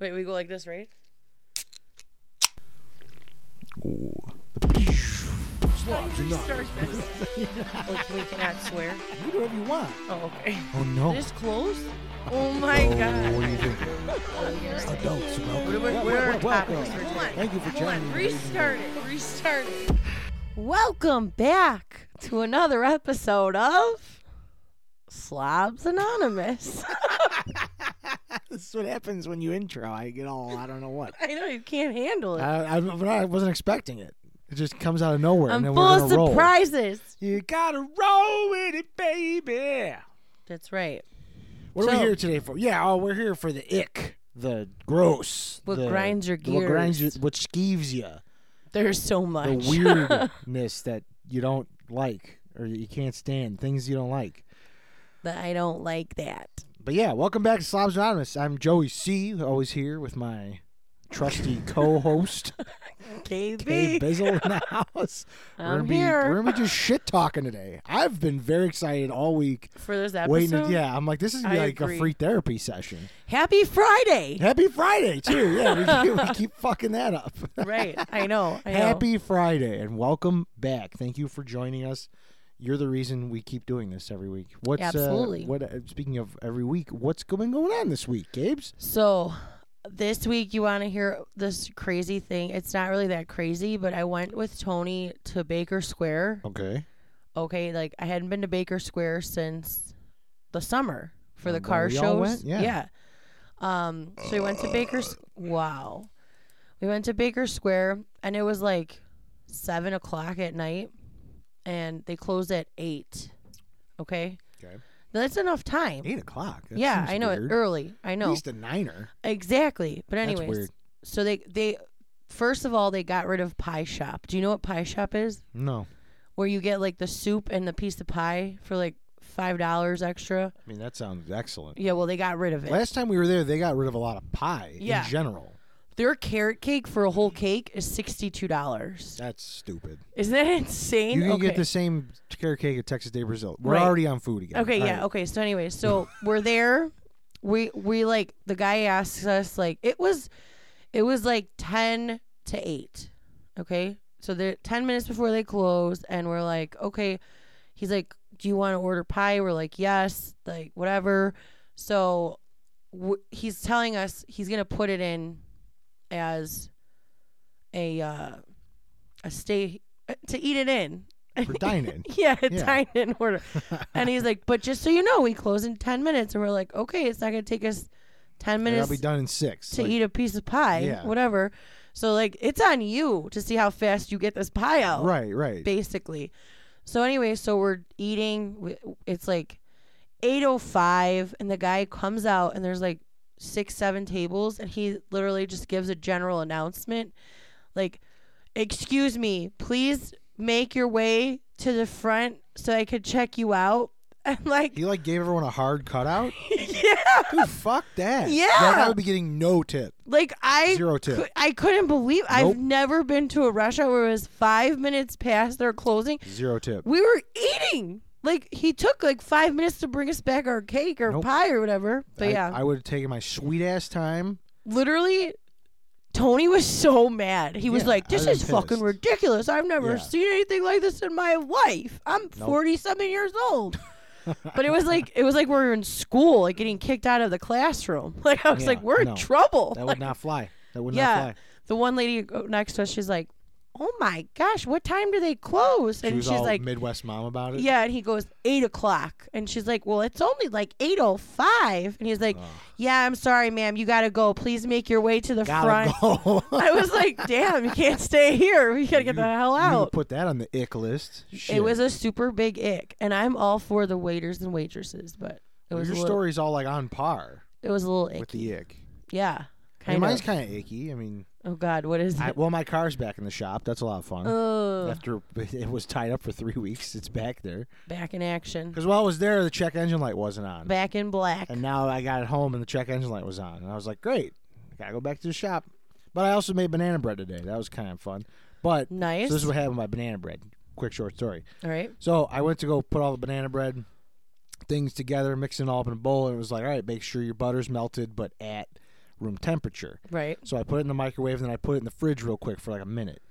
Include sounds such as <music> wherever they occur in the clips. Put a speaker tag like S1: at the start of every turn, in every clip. S1: Wait, we go like this, right?
S2: Slobs and knobs.
S1: Like we cannot swear.
S2: You do whatever you want.
S1: Oh, okay.
S2: Oh no.
S1: This closed? Oh my
S2: What do
S1: god.
S2: you think? Adults, welcome.
S1: We're,
S2: Wel-
S1: we're
S2: wel-
S1: on
S2: welcome.
S1: topics for today.
S2: Thank you for
S1: Hold
S2: joining.
S1: on,
S2: me.
S1: restart it. Restart it.
S3: Welcome back to another episode of Slobs Anonymous.
S2: <laughs> This is what happens when you intro. I get all I don't know what.
S3: I know you can't handle it.
S2: I, I, I wasn't expecting it. It just comes out of nowhere.
S3: I'm
S2: and then
S3: full
S2: we're
S3: of
S2: gonna roll.
S3: surprises.
S2: You gotta roll with it, baby.
S3: That's right.
S2: What are
S3: So-
S2: we here today for? Yeah, oh, we're here for the ick, the gross,
S3: What
S2: the-
S3: grinds your
S2: what grinds you,
S3: gears.
S2: what skeeves you,
S3: There's so much.
S2: <laughs> the
S3: <laughs>
S2: weirdness that you don't like or that you can't stand, things you don't like.
S3: that I don't like that.
S2: But yeah, welcome back to Slobs Anonymous. I'm Joey C, always here with my
S3: <laughs>
S2: trusty co-host Dave
S3: KB.
S2: Bizzle in the house. we're
S3: I'm
S2: gonna be,
S3: here.
S2: We're gonna be just shit talking today. I've been very excited all week.
S1: For this episode.
S2: Waiting, to- yeah. I'm like, this is gonna be
S1: I
S2: like
S1: agree.
S2: a free therapy session.
S3: Happy Friday.
S2: <laughs> Happy Friday too. Yeah, we, keep- we keep fucking that up.
S3: <laughs> right. I know. I know.
S2: Happy Friday and welcome back. Thank you for joining us. You're the reason we keep doing this every week. What's uh,
S3: Absolutely.
S2: what uh, speaking of every week, what's going going on this week, Gabe's?
S3: So this week you want to hear this crazy thing. It's not really that crazy, but I went with Tony to Baker Square.
S2: Okay.
S3: Okay, like I hadn't been to Baker Square since the summer for the
S2: Remember
S3: car
S2: Oh, we
S3: shows.
S2: all went? Yeah.
S3: Yeah. Um so we went to Baker S- wow. We went to Baker Square and it was like seven o'clock at night and they closed at eight. Okay.
S2: Okay.
S3: That's enough time.
S2: Eight o'clock. That
S3: yeah,
S2: seems
S3: I know
S2: weird.
S3: it er, early. I
S2: At
S3: know.
S2: least a niner.
S3: Exactly. But
S2: That's
S3: anyways,
S2: weird.
S3: so they they first of all they got rid of pie shop. Do you know what pie shop is?
S2: No,
S3: Where you get like the soup and the piece of pie for like five dollars extra.
S2: I mean that sounds excellent.
S3: Yeah, well they got rid of it.
S2: Last time we were there, they got rid of a lot of pie
S3: Yeah.
S2: in general.
S3: Their carrot cake for a whole cake is sixty two dollars.
S2: That's stupid.
S3: Isn't that insane?
S2: You can
S3: okay.
S2: get the same carrot cake at Texas Day Brazil. We're
S3: Right.
S2: already on food again.
S3: Okay,
S2: All
S3: yeah,
S2: right.
S3: okay. So anyways, so we're there. We we like the guy asks us like it was it was like ten to eight. Okay? So they're ten minutes before they close and we're like, Okay, he's like, Do you want to order pie? We're like, Yes, like whatever. So w- he's telling us he's gonna put it in as a uh a stay uh, to eat it in. <laughs>
S2: For dining.
S3: Yeah,
S2: Yeah.
S3: dine in order. and he's like, but just so you know, we close in 10 minutes. And we're like, okay, it's not going to take us 10
S2: And I'll
S3: minutes
S2: be done in six.
S3: to
S2: Like,
S3: eat a piece of pie,
S2: Yeah.
S3: whatever. So, like, it's on you to see how fast you get this pie out,
S2: Right, right.
S3: basically. So, anyway, so we're eating. W- It's like 8.05, and the guy comes out, and there's like six, seven tables, and he literally just gives a general announcement like, excuse me, please make your way to the front so I could check you out. <laughs> And like,
S2: He like gave everyone a
S3: <laughs>
S2: hard cutout.
S3: yeah,
S2: Dude, fuck that.
S3: Yeah.
S2: That guy would be getting no tip.
S3: like I
S2: Zero tip.
S3: cou- I couldn't believe
S2: Nope.
S3: I've never been to a restaurant where it was five minutes past their closing.
S2: Zero tip.
S3: We were eating. Like he took like five minutes to bring us back our cake or
S2: Nope.
S3: pie or whatever. But
S2: I,
S3: yeah,
S2: I would have taken my sweet ass time.
S3: literally, Tony was so mad. He was
S2: Yeah,
S3: like,
S2: I
S3: "This
S2: was
S3: is fucking
S2: pissed.
S3: ridiculous. I've never
S2: Yeah.
S3: seen anything like this in my life. I'm forty something years
S2: <laughs>
S3: old." but it was like it was like we were in school, like getting kicked out of the classroom. <laughs> Like I was
S2: Yeah,
S3: like, "We're
S2: no.
S3: in trouble." <laughs>
S2: That
S3: Like,
S2: would not fly. That would
S3: Yeah.
S2: not fly.
S3: the one lady next to us, she's like, "Oh my gosh, what time do they close?"
S2: She
S3: and
S2: was
S3: she's
S2: all
S3: like,
S2: Midwest mom about it.
S3: "Yeah," and he goes, eight o'clock," and she's like, "Well, it's only like eight o five. and he's like,
S2: Ugh.
S3: "Yeah, I'm sorry, ma'am, you gotta go. Please make your way to the
S2: Gotta
S3: front."
S2: go.
S3: <laughs> I was like, "Damn, you can't stay here. We gotta get the
S2: You-
S3: hell
S2: you
S3: out."
S2: put that on the ick list. Shit.
S3: It was a super big ick, and I'm all for the waiters and waitresses, but it
S2: Well,
S3: was
S2: your
S3: a little,
S2: story's all like on par
S3: it was a little
S2: with
S3: icky.
S2: the ick.
S3: Yeah,
S2: I mean,
S3: kind
S2: mine's
S3: of.
S2: kind of icky. I mean,
S3: Oh God, what is
S2: I,
S3: it?
S2: well, my car's back in the shop. That's a lot of fun.
S3: Ugh,
S2: After <laughs> it was tied up for three weeks, it's back there.
S3: back in action,
S2: Because while it was there, the check engine light wasn't on.
S3: back in black.
S2: And now I got it home and the check engine light was on. And I was like, great. I got to go back to the shop. But I also made banana bread today. That was kind of fun. But
S3: Nice.
S2: so this is what happened with my banana bread. Quick short story.
S3: All right.
S2: So I went to go put all the banana bread things together, mixing it all up in a bowl. And it was like, all right, make sure your butter's melted, but at room temperature.
S3: Right.
S2: So I put it in the microwave and then I put it in the fridge real quick for like a minute.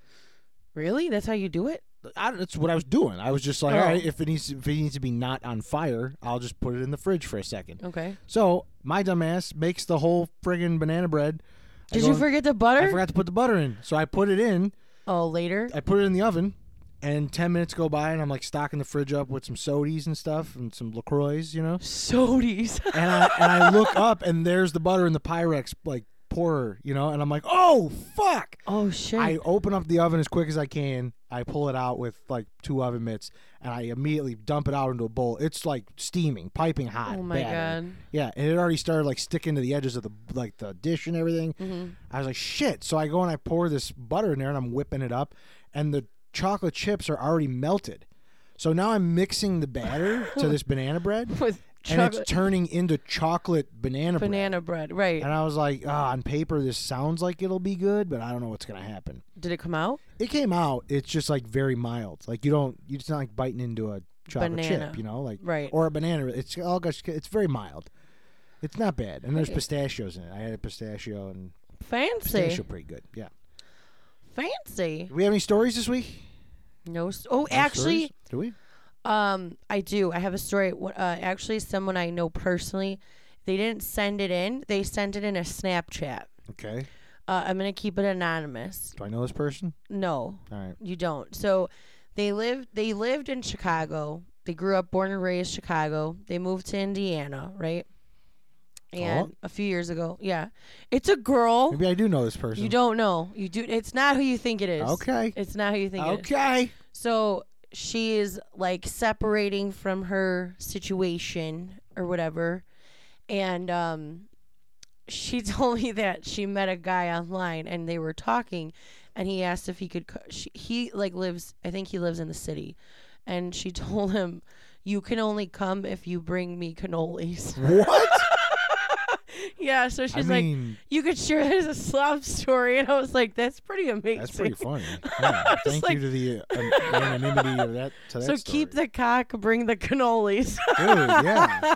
S3: Really? That's how you do it?
S2: I, that's what I was doing. I was just like,
S3: Oh.
S2: all right, if it needs if it needs to be not on fire, I'll just put it in the fridge for a second.
S3: Okay.
S2: So my dumbass makes the whole friggin' banana bread. I
S3: Did
S2: go
S3: you
S2: in-
S3: forget the butter?
S2: I forgot to put the butter in, so I put it in.
S3: Oh, later.
S2: I put it in the oven, and ten minutes go by, and I'm like stocking the fridge up with some sodies and stuff, and some Lacroix, you know.
S3: <laughs> Sodies.
S2: And I and I look up, and there's the butter in the Pyrex like pourer, you know. And I'm like, oh fuck!
S3: oh shit.
S2: I open up the oven as quick as I can. I pull it out with like two oven mitts, and I immediately dump it out into a bowl. It's like steaming, piping hot.
S3: oh my
S2: batter.
S3: god.
S2: Yeah, and it already started like sticking to the edges of the like the dish and everything.
S3: Mm-hmm.
S2: I was like, shit. So I go and I pour this butter in there and I'm whipping it up, and the chocolate chips are already melted. So now I'm mixing the batter
S3: <laughs>
S2: to this banana bread,
S3: With
S2: and
S3: chocolate
S2: it's turning into chocolate banana, bread.
S3: banana bread. Right.
S2: And I was like, ah, on paper this sounds like it'll be good, but I don't know what's gonna happen.
S3: Did it come out?
S2: It came out. It's just like very mild. Like you don't. you just not like biting into a chocolate
S3: Banana.
S2: chip. You know, like
S3: Right.
S2: or a banana. It's all got. It's very mild. It's not bad. And there's pistachios in it. I had a pistachio and
S3: Fancy.
S2: pistachio pretty good. Yeah.
S3: Fancy.
S2: Do we have any stories this week?
S3: No. s- Oh,
S2: Any
S3: actually,
S2: stories? do we?
S3: Um, I do. I have a story. Wh- Uh, actually, someone I know personally, they didn't send it in. They sent it in a Snapchat.
S2: Okay.
S3: Uh, I'm gonna keep it anonymous.
S2: Do I know this person?
S3: No,
S2: All right.
S3: you don't. So, they lived. They lived in Chicago. They grew up, born and raised Chicago. They moved to Indiana, right? And a few years ago, yeah, it's a girl.
S2: Oh. Maybe I do know this person.
S3: You don't know. You do. It's not who you think it is.
S2: Okay.
S3: It's not who you think it is.
S2: Okay.
S3: So she is like separating from her situation or whatever. And um, she <laughs> told me that she met a guy online and they were talking. And he asked if he could. Co- she, he like lives, I think he lives in the city. And she <laughs> told him, You can only come if you bring me cannolis. <laughs>
S2: What?
S3: yeah. So
S2: I
S3: she's like,
S2: mean,
S3: You could share this as a slob story. <laughs> And I was like, That's pretty amazing. <laughs>
S2: that's pretty funny. Yeah.
S3: was
S2: Thank
S3: like-
S2: you to the
S3: <laughs>
S2: uh, an- anonymity of that. To that
S3: so keep the cock, bring the cannolis. <laughs>
S2: story. Dude, yeah.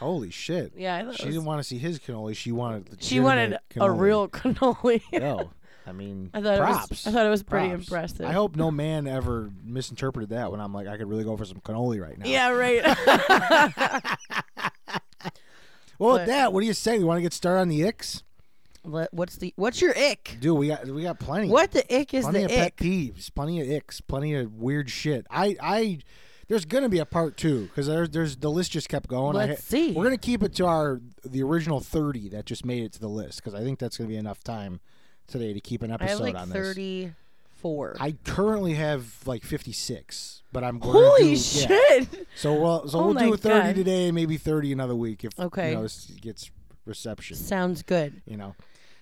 S2: Holy shit.
S3: yeah, I thought it
S2: She
S3: was-
S2: didn't want to see his cannoli. She wanted.
S3: She wanted
S2: legitimate cannoli.
S3: a real <laughs> cannoli.
S2: <laughs> Yo, I mean,
S3: I thought
S2: props.
S3: it was. I thought it was pretty
S2: Props.
S3: impressive.
S2: I hope no man ever misinterpreted that when I'm like, I could really go for some cannoli right
S3: <laughs>
S2: now.
S3: Yeah, <laughs>
S2: <laughs>
S3: right.
S2: Well,
S3: but-
S2: with that, what do you say? We want to get started on the icks,
S3: Let- what's the what's your ick?
S2: dude. We got we got plenty.
S3: What the ick is
S2: Plenty
S3: the
S2: of
S3: ick?
S2: pet peeves. Plenty of icks. Plenty of weird shit. I I. There's gonna be a part two because there's there's the list just kept going. I
S3: Let's
S2: ha-
S3: see.
S2: We're gonna keep it to our the original thirty that just made it to the list because I think that's gonna be enough time today to keep an
S3: I have
S2: episode
S3: like
S2: on this.
S3: thirty four.
S2: I currently have like 56, but I'm going
S3: Holy
S2: to do, yeah.
S3: shit!
S2: <laughs> So we'll so
S3: Oh
S2: we'll
S3: my
S2: do a 30
S3: God.
S2: today, maybe 30 another week if
S3: Okay.
S2: you know this gets reception,
S3: Sounds good.
S2: you know.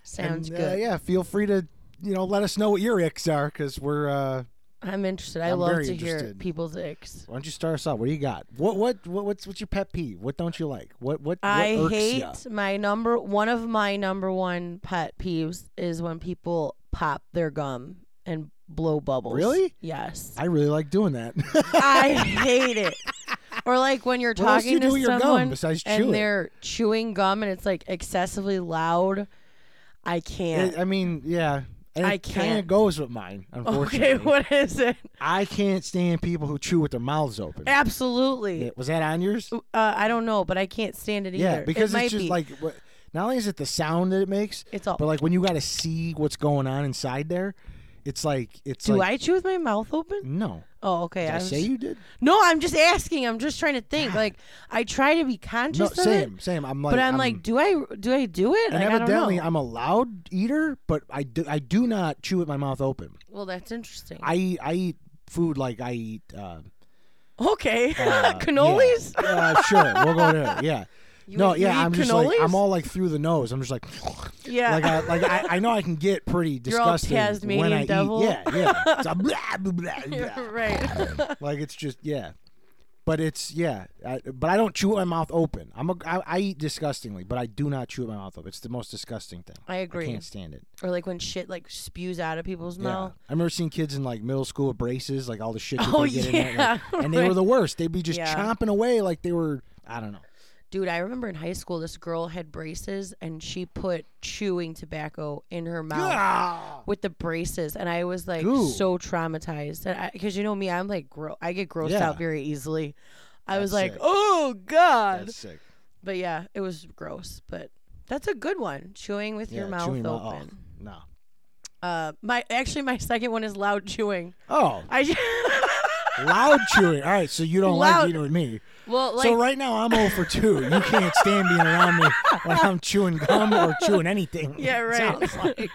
S3: Sounds
S2: and, uh,
S3: good.
S2: yeah, feel free to you know let us know what your icks are cuz we're uh
S3: I'm interested. I
S2: I'm
S3: love
S2: very
S3: to hear
S2: interested.
S3: people's icks.
S2: why don't you start us off? What do you got? What what, what what's what's your pet peeve? What don't you like? What what, what
S3: I
S2: irks
S3: hate
S2: ya?
S3: my number one of my number one pet peeves is when people pop their gum and blow bubbles.
S2: Really?
S3: Yes.
S2: I really like doing that.
S3: <laughs> I hate it. <laughs> Or like when you're
S2: What else do
S3: talking
S2: you do
S3: to
S2: with your gum
S3: someone
S2: besides chew it?
S3: and they're chewing gum and it's like excessively loud. I can't.
S2: It- I mean, yeah. And
S3: I
S2: it kind
S3: can't.
S2: of goes with mine, uh, unfortunately.
S3: <laughs> okay, what is it?
S2: I can't stand people who chew with their mouths open.
S3: Absolutely.
S2: Yeah, Was that on yours?
S3: Uh, I don't know, but I can't stand it either.
S2: Yeah,
S3: it
S2: because
S3: might
S2: it's just
S3: be.
S2: like what, not only is it the sound that it makes,
S3: It's all-
S2: but like when you got to see what's going on inside there, it's like it's
S3: Do
S2: like
S3: I chew with my mouth open?
S2: no.
S3: Oh, okay.
S2: Did I
S3: was-
S2: say you did?
S3: No, I'm just asking. I'm just trying to think. Like I try to be
S2: No,
S3: conscious of it,
S2: same, same. I'm like,
S3: but I'm, like, do I do I do it?
S2: and
S3: Like, I don't
S2: evidently
S3: know.
S2: I'm a loud eater, but I do I do not chew with my mouth open.
S3: well, that's interesting.
S2: I eat, I eat food like I eat
S3: <laughs>
S2: uh,
S3: okay,
S2: uh, yeah.
S3: <laughs> cannolis.
S2: Uh, sure, we'll go there. Yeah.
S3: You
S2: no,
S3: eat- you
S2: yeah,
S3: eat
S2: I'm just like
S3: cannolis?
S2: I'm all like through the nose. I'm just like,
S3: <laughs> Yeah.
S2: like I like I, I know I can get pretty
S3: <laughs> You're all
S2: disgusted when
S3: Tasmanian
S2: I
S3: devil.
S2: eat. Yeah,
S3: <laughs>
S2: yeah. It's a blah, blah, blah, blah. <laughs>
S3: right.
S2: like it's just yeah but it's yeah I, but i don't chew with my mouth open i'm a, I, I eat disgustingly but i do not chew with my mouth open it's the most disgusting thing
S3: I agree.
S2: i can't stand it
S3: or like when shit like spews out of people's mouth.
S2: i remember seeing kids in like middle school with braces like all the shit that
S3: Oh,
S2: they get in there, like-
S3: yeah, <laughs>
S2: and they were
S3: right.
S2: the worst they'd be just
S3: Yeah.
S2: chomping away like they were i don't know
S3: Dude, I remember in high school this girl had braces and she put chewing tobacco in her mouth
S2: Ah!
S3: with the braces and I was like
S2: Ooh.
S3: so traumatized and because you know me I'm like gro- I get grossed
S2: Yeah.
S3: out very easily. I was
S2: That's
S3: like,
S2: sick.
S3: "Oh god."
S2: That's sick.
S3: But yeah, it was gross, but that's a good one. Chewing with your
S2: Yeah,
S3: mouth
S2: chewing
S3: open.
S2: your mouth- oh, no.
S3: Uh, my actually my second one is loud chewing.
S2: Oh,
S3: I <laughs> ju-
S2: loud chewing. All right, so you don't
S3: Loud.
S2: like eating with me.
S3: well like
S2: so right now I'm 0 for 2. You can't stand being around me when I'm chewing gum or chewing anything.
S3: yeah
S2: it
S3: right.
S2: sounds like.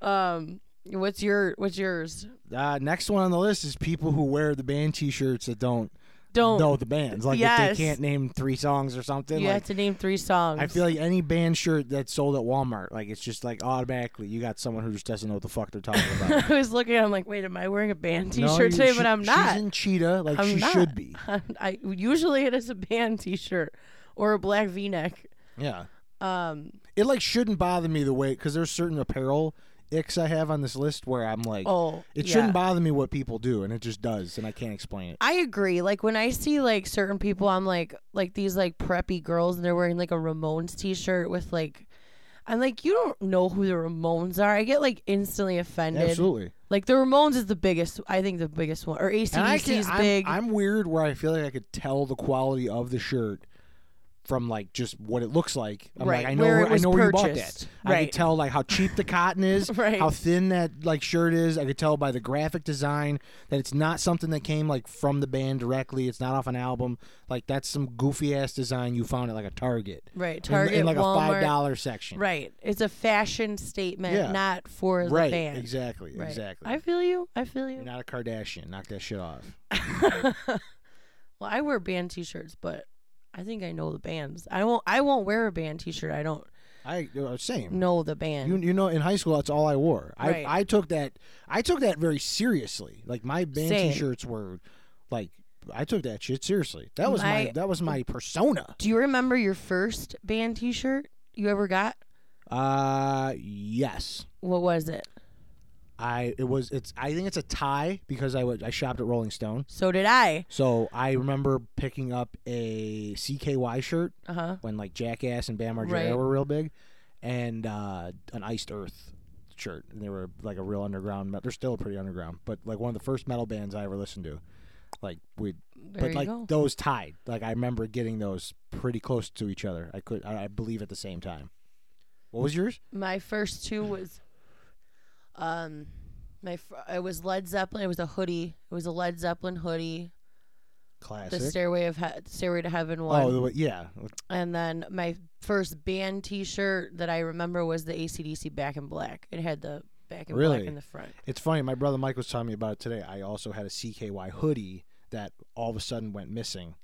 S3: um, what's your what's yours?
S2: Uh, next one on the list is people who wear the band T-shirts that don't
S3: Don't
S2: know the bands. Like
S3: Yes.
S2: if they can't name three songs or something.
S3: you
S2: like,
S3: have to name three songs.
S2: I feel like any band shirt that's sold at Walmart, like it's just like automatically you got someone who just doesn't know what the fuck they're talking about.
S3: I was looking. I'm like, wait, am I wearing a band <laughs>
S2: No,
S3: T-shirt
S2: you-
S3: today?
S2: she-
S3: but I'm not.
S2: She's in cheetah,
S3: <laughs>
S2: like
S3: I'm
S2: she
S3: not.
S2: should be.
S3: I usually it is a band T-shirt or a black V-neck.
S2: Yeah,
S3: Um,
S2: it like shouldn't bother me the way because there's certain apparel icks I have on this list where I'm like,
S3: oh,
S2: it
S3: yeah.
S2: shouldn't bother me what people do, and it just does, and I can't explain it.
S3: I agree. Like when I see like certain people, I'm like like these like preppy girls, and they're wearing like a Ramones T-shirt with like, I'm like, you don't know who the Ramones are. I get like instantly offended.
S2: Absolutely,
S3: Like the Ramones is the biggest. I think the biggest one, or
S2: and I
S3: ACDC
S2: can,
S3: is
S2: I'm,
S3: big.
S2: I'm weird where I feel like I could tell the quality of the shirt from like just what it looks like. I'm
S3: Right,
S2: like, I know
S3: where
S2: where,
S3: it was
S2: I know where you bought
S3: purchased.
S2: that. I
S3: Right.
S2: could tell like how cheap the cotton
S3: <laughs>
S2: is,
S3: Right.
S2: how thin that like shirt is. I could tell by the graphic design that it's not something that came like from the band directly. It's not off an album. Like that's some goofy ass design you found at like a Target.
S3: right,
S2: In-
S3: Target,
S2: in, like
S3: Walmart.
S2: a five dollar section.
S3: Right, it's a fashion statement,
S2: Yeah.
S3: not for the
S2: Right.
S3: band.
S2: Exactly.
S3: Right.
S2: Exactly.
S3: I feel you. I feel you.
S2: You're not a Kardashian. Knock that shit off.
S3: Well, I wear band T-shirts, but I think I know the bands. I won't. I won't wear a band T-shirt. I don't
S2: I uh, same.
S3: know the band.
S2: You, you know, in high school, that's all I wore. I,
S3: Right.
S2: I took that I took that very seriously. Like my band
S3: Same.
S2: t-shirts were, like I took that shit seriously. That was my,
S3: My-
S2: that was my persona.
S3: Do you remember your first band T-shirt you ever got?
S2: Uh, yes,
S3: What was it?
S2: I it was it's I think it's a tie because I would I shopped at Rolling Stone,
S3: So did I.
S2: so I remember picking up a CKY shirt
S3: Uh huh.
S2: when like Jackass and Bam Margera
S3: Right.
S2: were real big, and uh, an Iced Earth shirt. And they were like a real underground. me- They're still pretty underground, but like one of the first metal bands I ever listened to. Like we,
S3: There
S2: but
S3: you
S2: like
S3: go.
S2: those tied. Like I remember getting those pretty close to each other. I could, I, I believe, at the same time. What was yours?
S3: My first two was, um, my fr- it was Led Zeppelin. It was a hoodie. It was a Led Zeppelin hoodie. The
S2: Classic.
S3: Stairway of he- Stairway to Heaven one.
S2: oh the- yeah,
S3: And then my first band T-shirt that I remember was the ACDC Back in Black. It had the Back in Black
S2: Really?
S3: in the front.
S2: it's funny. My brother Mike was telling me about it today. I also had a CKY hoodie that all of a sudden went missing.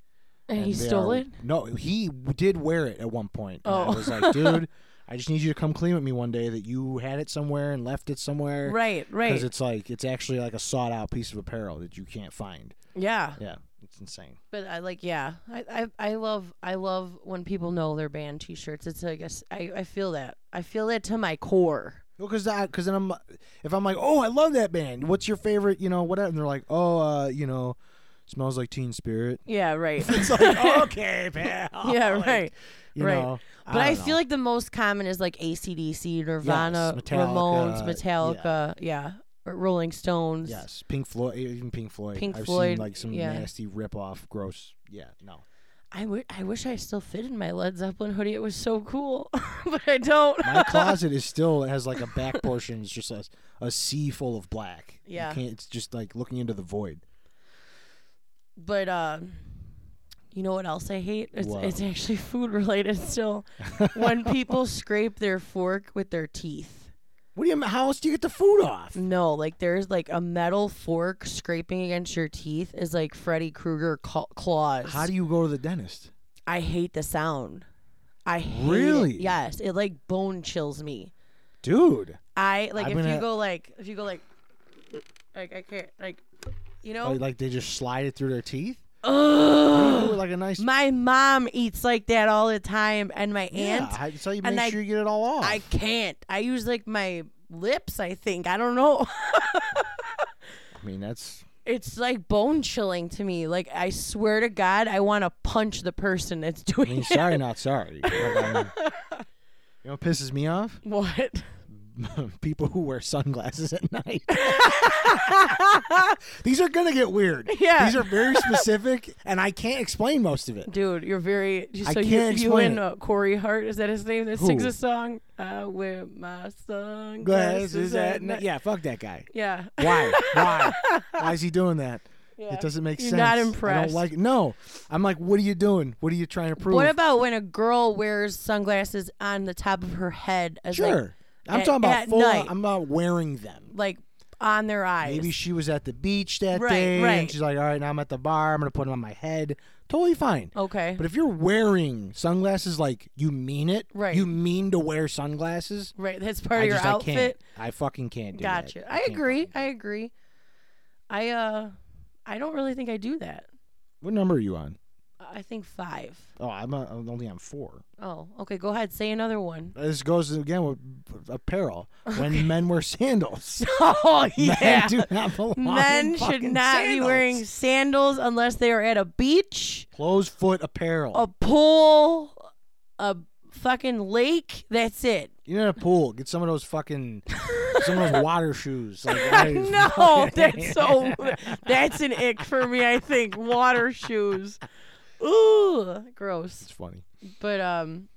S3: And, he
S2: they
S3: stole
S2: are-
S3: it.
S2: No, he w- did wear it at one point. And
S3: Oh.
S2: I was like, dude,
S3: <laughs>
S2: I just need you to come clean with me one day that you had it somewhere and left it somewhere.
S3: Right, right.
S2: Because it's like it's actually like a sought out piece of apparel that you can't find.
S3: yeah.
S2: Yeah, it's insane.
S3: But I like, yeah, I, I, I love, I love when people know their band T-shirts. It's like, a s- I, I feel that, I feel that to my core.
S2: Well, because because then I'm if I'm like, oh, I love that band. What's your favorite? You know, whatever. And they're like, oh, uh, you know, smells like Teen Spirit. <laughs>
S3: Yeah, right.
S2: It's
S3: <laughs>
S2: like okay, pal.
S3: yeah,
S2: Like,
S3: right.
S2: You
S3: right.
S2: know,
S3: But I,
S2: don't
S3: feel
S2: know.
S3: like the most common is like ACDC, Nirvana,
S2: Yes, Metallica,
S3: Ramones,
S2: yeah.
S3: Metallica, yeah, or Rolling Stones.
S2: Yes, Pink Floyd, even Pink Floyd.
S3: Pink
S2: I've
S3: Floyd,
S2: seen like some
S3: yeah.
S2: nasty rip-off, gross. Yeah,
S3: <laughs>
S2: no.
S3: I, w- I wish I still fit in my Led Zeppelin hoodie. It was so cool, <laughs> but I don't.
S2: My closet is still it has like a back portion. It's just a, a sea full of black. You
S3: Yeah.
S2: can't, it's just like looking into the void.
S3: <laughs> But um, you know what else I hate? It's,
S2: What?
S3: it's actually food related still.
S2: <laughs>
S3: when people scrape their fork with their teeth.
S2: What do you? How else do you get the food off?
S3: No, like there's like a metal fork scraping against your teeth is like Freddy Krueger ca- claws.
S2: How do you go to the dentist?
S3: I hate the sound. I hate it.
S2: Really?
S3: Yes, it like bone chills me.
S2: Dude,
S3: I like
S2: I'm
S3: if you
S2: gonna-
S3: go like if you go like like I can't like you know
S2: oh, like they just slide it through their teeth.
S3: <gasps> Ugh.
S2: Ooh, Oh, like a nice.
S3: My mom eats like that all the time, and my
S2: yeah,
S3: aunt.
S2: I- so you
S3: and
S2: make
S3: I-
S2: sure you get it all off.
S3: I can't. I use like my lips. I think I don't know.
S2: I mean, that's
S3: <laughs> it's like bone chilling to me. Like I swear to God, I want to punch the person that's <laughs>
S2: I mean,
S3: doing it.
S2: sorry, not sorry. Like,
S3: <laughs>
S2: I mean, you know, what pisses me off
S3: What? <laughs>
S2: people who wear sunglasses at night. <laughs> These are gonna get weird.
S3: <laughs> Yeah.
S2: These are very specific, and I can't explain most of it.
S3: Dude, you're very. So
S2: I
S3: you,
S2: can't
S3: you
S2: explain
S3: and
S2: it.
S3: uh, Corey Hart is that his name that sings
S2: Who?
S3: a song? I wear my sunglasses
S2: Glasses
S3: at
S2: at night.
S3: night.
S2: Yeah, fuck that guy.
S3: Yeah.
S2: Why? Why? Why is he doing that?
S3: Yeah. <laughs>
S2: It doesn't make
S3: You're
S2: sense.
S3: not
S2: I
S3: impressed.
S2: don't like. No, I'm like, what are you doing? What are you trying to prove?
S3: What about when a girl wears sunglasses on the top of her head as like,
S2: sure. I'm
S3: at-
S2: talking about
S3: at
S2: full.
S3: night?
S2: I'm not wearing them.
S3: like on their eyes?
S2: Maybe she was at the beach that
S3: Right,
S2: day, and
S3: right.
S2: she's like, "All right, now I'm at the bar. I'm gonna put them on my head. Totally fine."
S3: okay.
S2: But if you're wearing sunglasses, like you mean it,
S3: Right.
S2: You mean to wear sunglasses?
S3: right. That's part
S2: I
S3: of your
S2: just I can't.
S3: outfit.
S2: I fucking can't do that.
S3: Gotcha. I
S2: can't
S3: agree.
S2: fucking-
S3: I agree. I uh, I don't really think I do that.
S2: What number are you on?
S3: I think five.
S2: Oh, I'm, uh, I'm only on four.
S3: Oh, okay. Go ahead. Say another one. <laughs>
S2: This goes again with apparel. When men wear
S3: <laughs>
S2: sandals, <laughs>
S3: Oh
S2: men do not belong. in
S3: Men should
S2: fucking
S3: not be
S2: sandals.
S3: wearing sandals unless they are at a beach,
S2: closed foot apparel.
S3: a pool, a fucking lake. That's it. <laughs>
S2: You're in a pool. Get some of those fucking some of those water
S3: <laughs>
S2: shoes. Like, I
S3: no,
S2: <laughs> fucking-
S3: that's so. That's an ick for me. I think water shoes. Ooh, gross.
S2: It's funny.
S3: But um,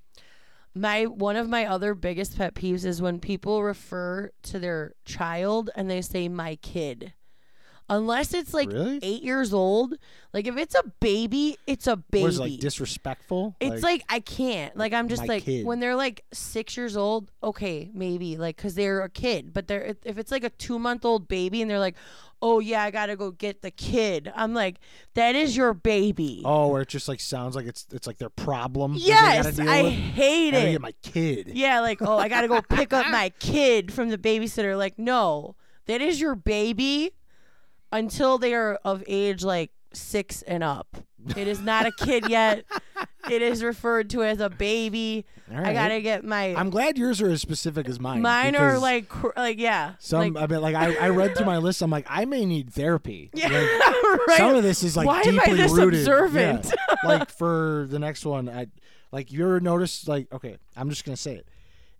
S3: my one of my other biggest pet peeves is when people refer to their child and they say my kid. Unless it's like
S2: Really?
S3: eight years old, like if it's a baby, it's a baby.
S2: What is it, like disrespectful?
S3: It's like, I can't. Like I'm just
S2: my
S3: like
S2: kid.
S3: when they're like six years old, okay, maybe like because they're a kid. But they're if it's like a two month old baby and they're like, oh yeah, I gotta go get the kid. I'm like, that is your baby.
S2: oh, where it just like sounds like it's it's like their problem. that they gotta
S3: yes,
S2: deal
S3: I
S2: with.
S3: hate
S2: Gotta
S3: it.
S2: get my kid.
S3: yeah, like oh, I gotta
S2: <laughs>
S3: go pick up my kid from the babysitter. Like no, that is your baby until they are of age like six and up. It is not a kid
S2: <laughs>
S3: yet. It is referred to as a baby.
S2: All
S3: I
S2: right.
S3: gotta get my
S2: I'm glad yours are as specific as mine.
S3: mine are
S2: because
S3: like cr- like yeah <laughs>
S2: some.
S3: like,
S2: I mean, like I, I read through my list. I'm like, I may need therapy.
S3: <laughs> yeah
S2: Like,
S3: right.
S2: Some of this is like
S3: Why am I
S2: deeply
S3: this
S2: rooted.
S3: observant?
S2: Yeah. like for the next one, I like you ever notice like okay, I'm just gonna say it.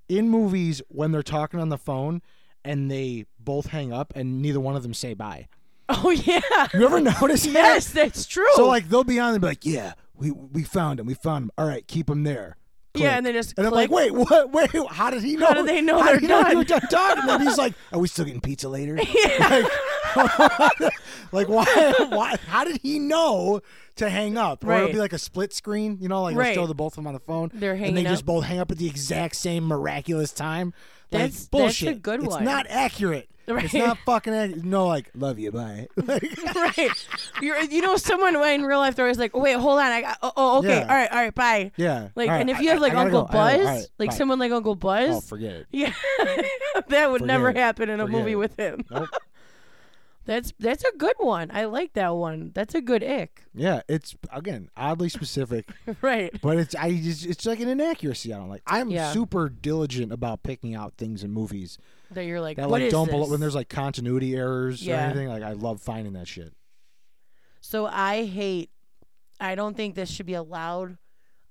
S2: In movies, when they're talking on the phone and they both hang up and neither one of them say bye.
S3: <laughs> oh
S2: <laughs>
S3: yeah
S2: You ever notice that?
S3: yes that's true
S2: So
S3: <laughs>
S2: like they'll be on and be like, yeah, we we found him, we found him. All right, keep him there.
S3: yeah
S2: Click.
S3: and they just
S2: And I'm like,
S3: click.
S2: wait, what? Wait, how did he know?
S3: did they know
S2: how
S3: they're
S2: did he know you
S3: done? <laughs>
S2: were done talking? And he's like, are we still getting pizza later? Like, <laughs> like, why? Why? How did he know to hang up? Or it'll
S3: Right.
S2: be like a split screen, you know, like let's
S3: Right.
S2: show the both of them on the phone.
S3: They're
S2: and they
S3: hanging
S2: just
S3: up.
S2: both hang up at the exact same miraculous time. Like,
S3: That's- that's a
S2: bullshit.
S3: good
S2: it's
S3: one.
S2: not accurate. It's
S3: Right. <laughs>
S2: not fucking accurate. No, like, love you, bye. <laughs> Like,
S3: right You're, you know someone in real life they're always like oh, wait hold on I got, oh, oh, okay
S2: Yeah.
S3: all right all right bye
S2: yeah.
S3: like
S2: All right,
S3: and if
S2: I-
S3: you have
S2: I-
S3: like
S2: I gotta
S3: Uncle
S2: go. I gotta
S3: Buzz
S2: go. All right,
S3: like
S2: bye.
S3: someone like Uncle Buzz
S2: Oh, forget it.
S3: <laughs> yeah that would never
S2: Forget it.
S3: happen in a
S2: Forget
S3: movie
S2: it.
S3: with him
S2: Nope.
S3: <laughs> that's that's a good one I like that one that's a good ick <laughs>
S2: Yeah, it's again oddly specific.
S3: right
S2: But it's I just, it's like an inaccuracy. I don't like. I'm
S3: Yeah.
S2: super diligent about picking out things in movies
S3: that you're like
S2: that
S3: what
S2: like
S3: is
S2: don't
S3: this?
S2: belo- when there's like continuity errors or
S3: Yeah.
S2: anything. Like I love finding that shit.
S3: So I hate. I don't think this should be allowed.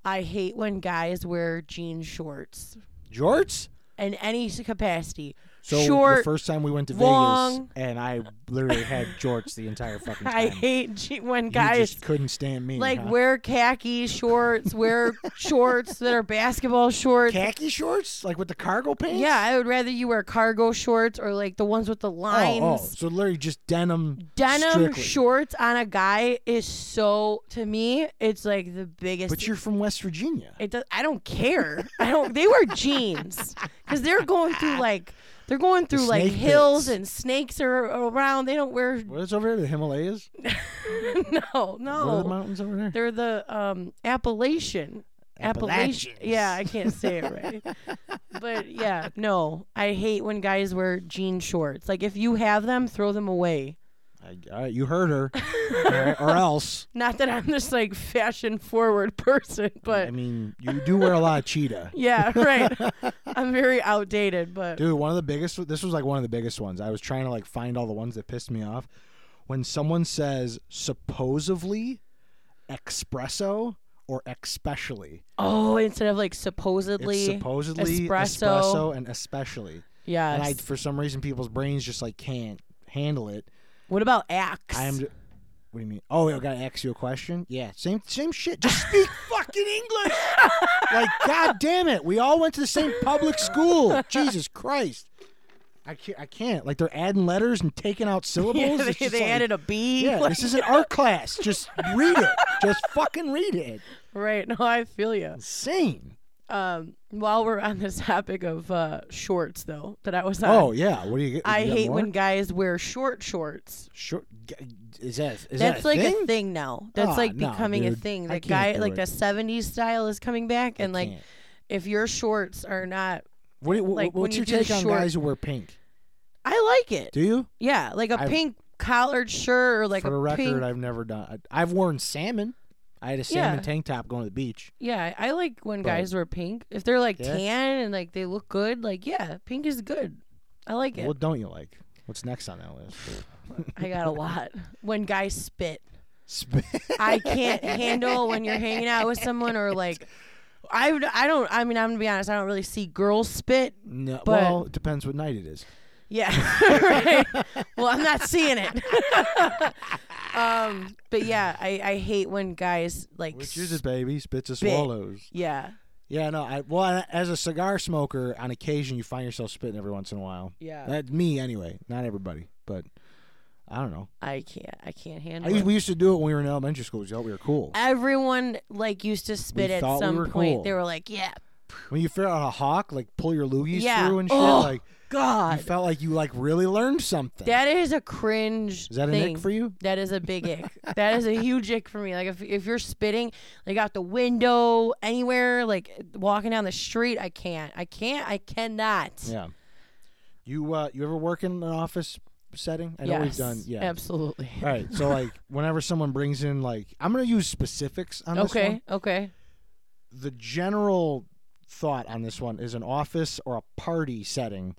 S3: I hate when guys wear jean shorts
S2: Jorts.
S3: in any s- capacity.
S2: So the
S3: Short.
S2: first time we went to Vegas,
S3: long.
S2: and I literally had jorts the entire fucking time.
S3: <laughs> <laughs> I hate je- when
S2: you
S3: guys
S2: just couldn't stand me.
S3: like
S2: huh?
S3: wear khaki shorts,
S2: <laughs>
S3: wear shorts that are basketball shorts.
S2: khaki shorts, like with the cargo pants.
S3: yeah, I would rather you wear cargo shorts or like the ones with the
S2: Oh,
S3: lines.
S2: oh, so literally just denim.
S3: Denim
S2: strictly.
S3: shorts on a guy is so to me, it's like the biggest
S2: But you're from West Virginia.
S3: It does. I don't care. I don't. They wear jeans because they're going through like they're going through like
S2: snake
S3: hills
S2: pits.
S3: and snakes are around. They don't wear <laughs>
S2: What is over there? The Himalayas?
S3: no
S2: What are the
S3: no.
S2: mountains over there?
S3: They're the um Appalachian. Appalachian.
S2: Appalachians.
S3: Yeah, I can't say it right. but yeah, no. I hate when guys wear jean shorts. Like if you have them, throw them away.
S2: I, all right, you heard her, All right, or else.
S3: Not that I'm this like fashion forward <laughs> person,
S2: I
S3: <laughs> but
S2: mean, you do wear a lot of cheetah.
S3: yeah, right. <laughs> I'm very outdated, but
S2: Dude, one of the biggest this was like one of the biggest ones. I was trying to like find all the ones that pissed me off. when someone says supposedly espresso or especially.
S3: Oh, instead of like supposedly.
S2: It's supposedly
S3: espresso.
S2: espresso and especially.
S3: yes.
S2: And I, for some reason, people's brains just like can't handle it.
S3: what about axe? <laughs>
S2: I am. What do you mean? Oh, I gotta ask you a question. Yeah, same same shit.
S3: <laughs>
S2: Just speak fucking English. like, god damn it, we all went to the same
S3: <laughs>
S2: public school. Jesus Christ, I can't. I can't. Like, they're adding letters and taking out syllables.
S3: Yeah,
S2: It's
S3: they
S2: just
S3: they
S2: like,
S3: added a B.
S2: Yeah,
S3: like-
S2: this is an art class. Just read it. Just fucking read it.
S3: right. No, I feel you.
S2: Insane.
S3: Um, while we're on this topic of uh, shorts, though, that I was on.
S2: Oh yeah. What do you get?
S3: Uh, I
S2: you got
S3: hate
S2: more?
S3: when guys wear short shorts.
S2: Sure. g- Is that is
S3: That's
S2: that a
S3: like
S2: thing?
S3: a thing now. That's
S2: Ah,
S3: like
S2: no,
S3: becoming a
S2: dude.
S3: thing.
S2: I
S3: That
S2: can't
S3: guy,
S2: do
S3: like the
S2: it.
S3: '70s style, is coming back, and like
S2: can't.
S3: if your shorts are not,
S2: What, do you- what-
S3: like, when
S2: what's
S3: you
S2: your
S3: do
S2: take on
S3: short-
S2: guys who wear pink?
S3: I like it.
S2: Do you?
S3: Yeah, like a
S2: I've-
S3: pink collared shirt or like
S2: for
S3: a
S2: the record,
S3: pink.
S2: I've never done. I, I've worn salmon. I had a salmon
S3: Yeah.
S2: tank top going to the beach.
S3: yeah, I like when guys wear pink. If they're like
S2: Yeah.
S3: tan and like they look good, like yeah, pink is good. I like it.
S2: What don't you like? What's next on that
S3: <laughs>
S2: list? <laughs>
S3: I got a lot. When guys spit.
S2: Spit.
S3: I
S2: <laughs>
S3: can't handle when you're hanging out with someone or like I would- I don't I mean I'm gonna be honest I don't really see girls spit
S2: No,
S3: But-
S2: well, it depends what night it is.
S3: yeah <laughs> right well I'm not seeing it <laughs> um but yeah I I hate when guys like
S2: Which is it, baby? Spits or
S3: Spit.
S2: swallows?
S3: yeah
S2: Yeah, no. I well, I- as a cigar smoker, on occasion you find yourself spitting every once in a while.
S3: yeah
S2: That's me anyway. Not everybody, but I don't know.
S3: I can't I can't
S2: I
S3: handle
S2: used,
S3: it.
S2: we used to do it when we were in elementary school. We thought we were cool.
S3: Uh. everyone like used to spit at
S2: thought we
S3: some
S2: were
S3: point
S2: cool.
S3: they were like yeah
S2: When you figure out how to hawk, like pull your loogies
S3: Yeah.
S2: through and shit,
S3: Oh,
S2: like you
S3: God
S2: felt like you like really learned something.
S3: that is a cringe
S2: is that a
S3: thing.
S2: nick for you?
S3: That is a big
S2: <laughs>
S3: ick. That is a huge ick for me. Like if if you're spitting like out the window anywhere, like walking down the street, I can't. I can't. I cannot.
S2: Yeah. You uh you ever work in an office setting? I know we've done
S3: Yes,
S2: yeah.
S3: Absolutely.
S2: All right. So like whenever someone brings in like I'm gonna use specifics on this
S3: Okay.
S2: one.
S3: Okay.
S2: The general thought on this one is an office or a party setting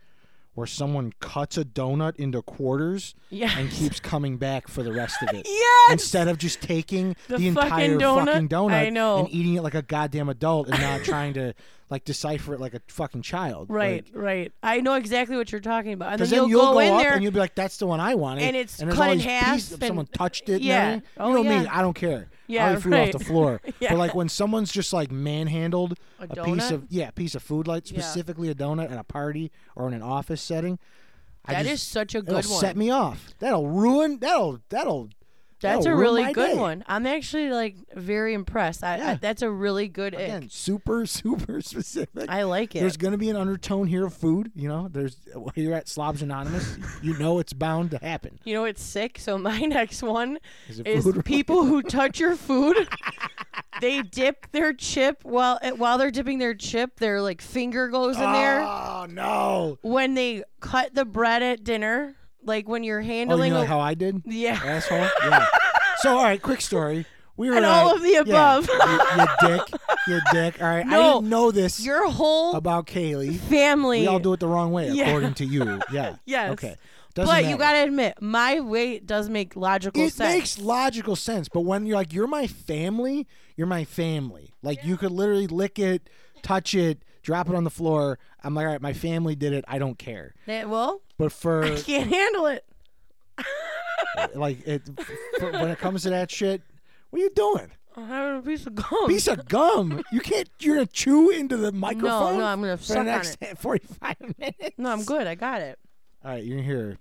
S2: where someone cuts a donut into quarters
S3: Yeah. <laughs>
S2: and keeps coming back for the rest of it.
S3: yes.
S2: Instead of just taking
S3: The
S2: the,
S3: fucking
S2: entire
S3: donut?
S2: fucking donut
S3: I know.
S2: and eating it like a goddamn adult and not trying to like decipher it like a fucking child.
S3: right.
S2: Like,
S3: right. I know exactly what you're talking about. And then,
S2: Because then
S3: you'll, go, in
S2: up
S3: there.
S2: and you'll be like, "That's the one I wanted,"
S3: And it's
S2: there's
S3: cut
S2: all
S3: in
S2: these
S3: half
S2: pieces of someone
S3: and-
S2: touched it. and
S3: Yeah.
S2: everything.
S3: Oh,
S2: you know me.
S3: yeah.
S2: I don't care.
S3: Yeah,
S2: I already threw it
S3: right.
S2: off the
S3: <laughs>
S2: floor.
S3: Yeah.
S2: But like when someone's just like manhandled
S3: A
S2: a, piece
S3: donut?
S2: of yeah, a piece of food, like
S3: Yeah.
S2: specifically a donut at a party or in an office setting, I
S3: that
S2: just-
S3: is such a good
S2: it'll
S3: one.
S2: set me off. That'll ruin. That'll that'll.
S3: that's
S2: that'll
S3: a
S2: ruin
S3: really
S2: my
S3: good
S2: day.
S3: one. I'm actually like very impressed. I, I
S2: Yeah.
S3: that's a really good ick.
S2: Again, super <laughs> super specific.
S3: I like it.
S2: There's gonna be an undertone here of food. You know, there's <laughs> where you're at Slobs Anonymous. you know it's bound to happen.
S3: You know it's sick. So my <laughs> next one
S2: Is it
S3: is
S2: food related?
S3: people who touch your
S2: <laughs>
S3: food. they dip their chip while eh, while they're dipping their chip, their like finger goes in there.
S2: Oh no!
S3: When they cut the bread at dinner, like when you're
S2: Oh, you
S3: handling,
S2: mean like
S3: a-
S2: how
S3: <laughs>
S2: I did? <laughs>
S3: yeah,
S2: Asshole? Yeah. So, all right, quick story. We were
S3: And all
S2: at-
S3: of the above.
S2: Yeah, you, you dick.
S3: <laughs>
S2: You dick. All right. I
S3: No,
S2: didn't know this
S3: your whole
S2: about Kaylee.
S3: family.
S2: We all do it the wrong way,
S3: Yeah.
S2: according
S3: <laughs>
S2: to you. Yeah.
S3: Yes.
S2: Okay.
S3: but
S2: Doesn't
S3: you
S2: matter.
S3: gotta admit, my weight does make logical
S2: It
S3: sense.
S2: makes logical sense, but when you're like, you're my family, you're my family. Like, you could literally lick it, touch it, drop it on the floor. I'm like, all right, my family did it. I don't care.
S3: Eh, well,
S2: But
S3: <laughs>
S2: for
S3: I can't handle it.
S2: like it, for, when it comes to that shit, what are you doing?
S3: I'm having a piece of gum.
S2: piece of gum. You can't. You're gonna chew into the
S3: no,
S2: microphone.
S3: no, I'm gonna
S2: for
S3: suck
S2: the
S3: on
S2: next
S3: it.
S2: <laughs> 45 minutes.
S3: No, I'm good. I got it.
S2: All right, you're here.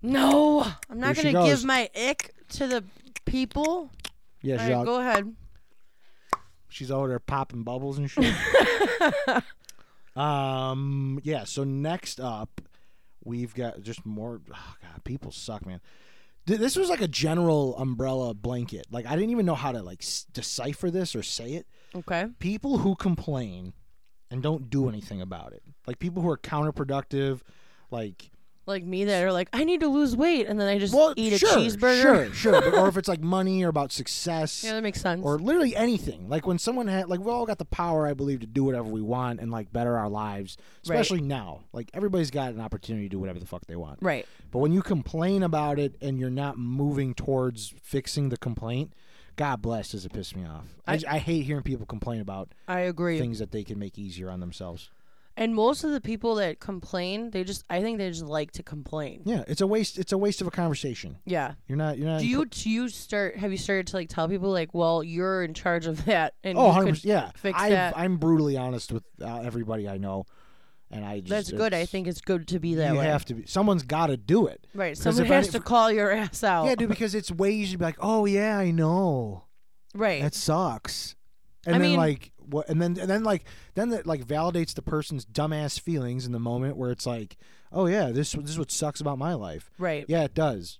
S3: No, I'm not
S2: Here
S3: gonna
S2: she
S3: give
S2: goes.
S3: my ick to the people.
S2: Yeah,
S3: All right,
S2: she's, out,
S3: go ahead.
S2: she's over there popping bubbles
S3: <laughs>
S2: and shit. um, yeah. So next up, we've got just more. Oh God, people suck, man. Th- This was like a general umbrella blanket. Like I didn't even know how to like s- decipher this or say it.
S3: Okay.
S2: people who complain and don't do anything about it like people who are counterproductive like
S3: like me that are like, I need to lose weight, and then I just
S2: Well,
S3: eat a
S2: sure,
S3: cheeseburger.
S2: Sure, sure. But- or if it's like money or about success
S3: Yeah, that makes sense.
S2: or literally anything. Like when someone had, like, we all got the power, I believe, to do whatever we want and like better our lives,
S3: Right.
S2: especially now. Like everybody's got an opportunity to do whatever the fuck they want.
S3: right.
S2: But when you complain about it and you're not moving towards fixing the complaint, God bless, does it piss me off. I, I hate hearing people complain about
S3: I agree.
S2: things that they can make easier on themselves.
S3: And most of the people that complain, they just I think they just like to complain.
S2: Yeah, it's a waste. It's a waste of a conversation.
S3: Yeah.
S2: You're not. You're not.
S3: Do you do you start have you started to like tell people like, well, you're in charge of that and
S2: Oh,
S3: you
S2: 100
S3: could
S2: percent. Yeah,
S3: fix
S2: I,
S3: that?
S2: I'm brutally honest with uh, everybody I know, and I. Just,
S3: that's good. I
S2: it's-
S3: think it's good to be that
S2: you
S3: way.
S2: have to be. Someone's got to do it.
S3: right.
S2: 'Cause
S3: Someone
S2: if I
S3: has
S2: didn't-
S3: to call your ass out.
S2: Yeah, dude. Because it's way easier to be like, oh yeah, I know.
S3: Right.
S2: That sucks. And
S3: I
S2: then
S3: mean-
S2: like what? And then and then like then that like validates the person's dumbass feelings in the moment where it's like, oh yeah, this this is what sucks about my life.
S3: right.
S2: Yeah, it does.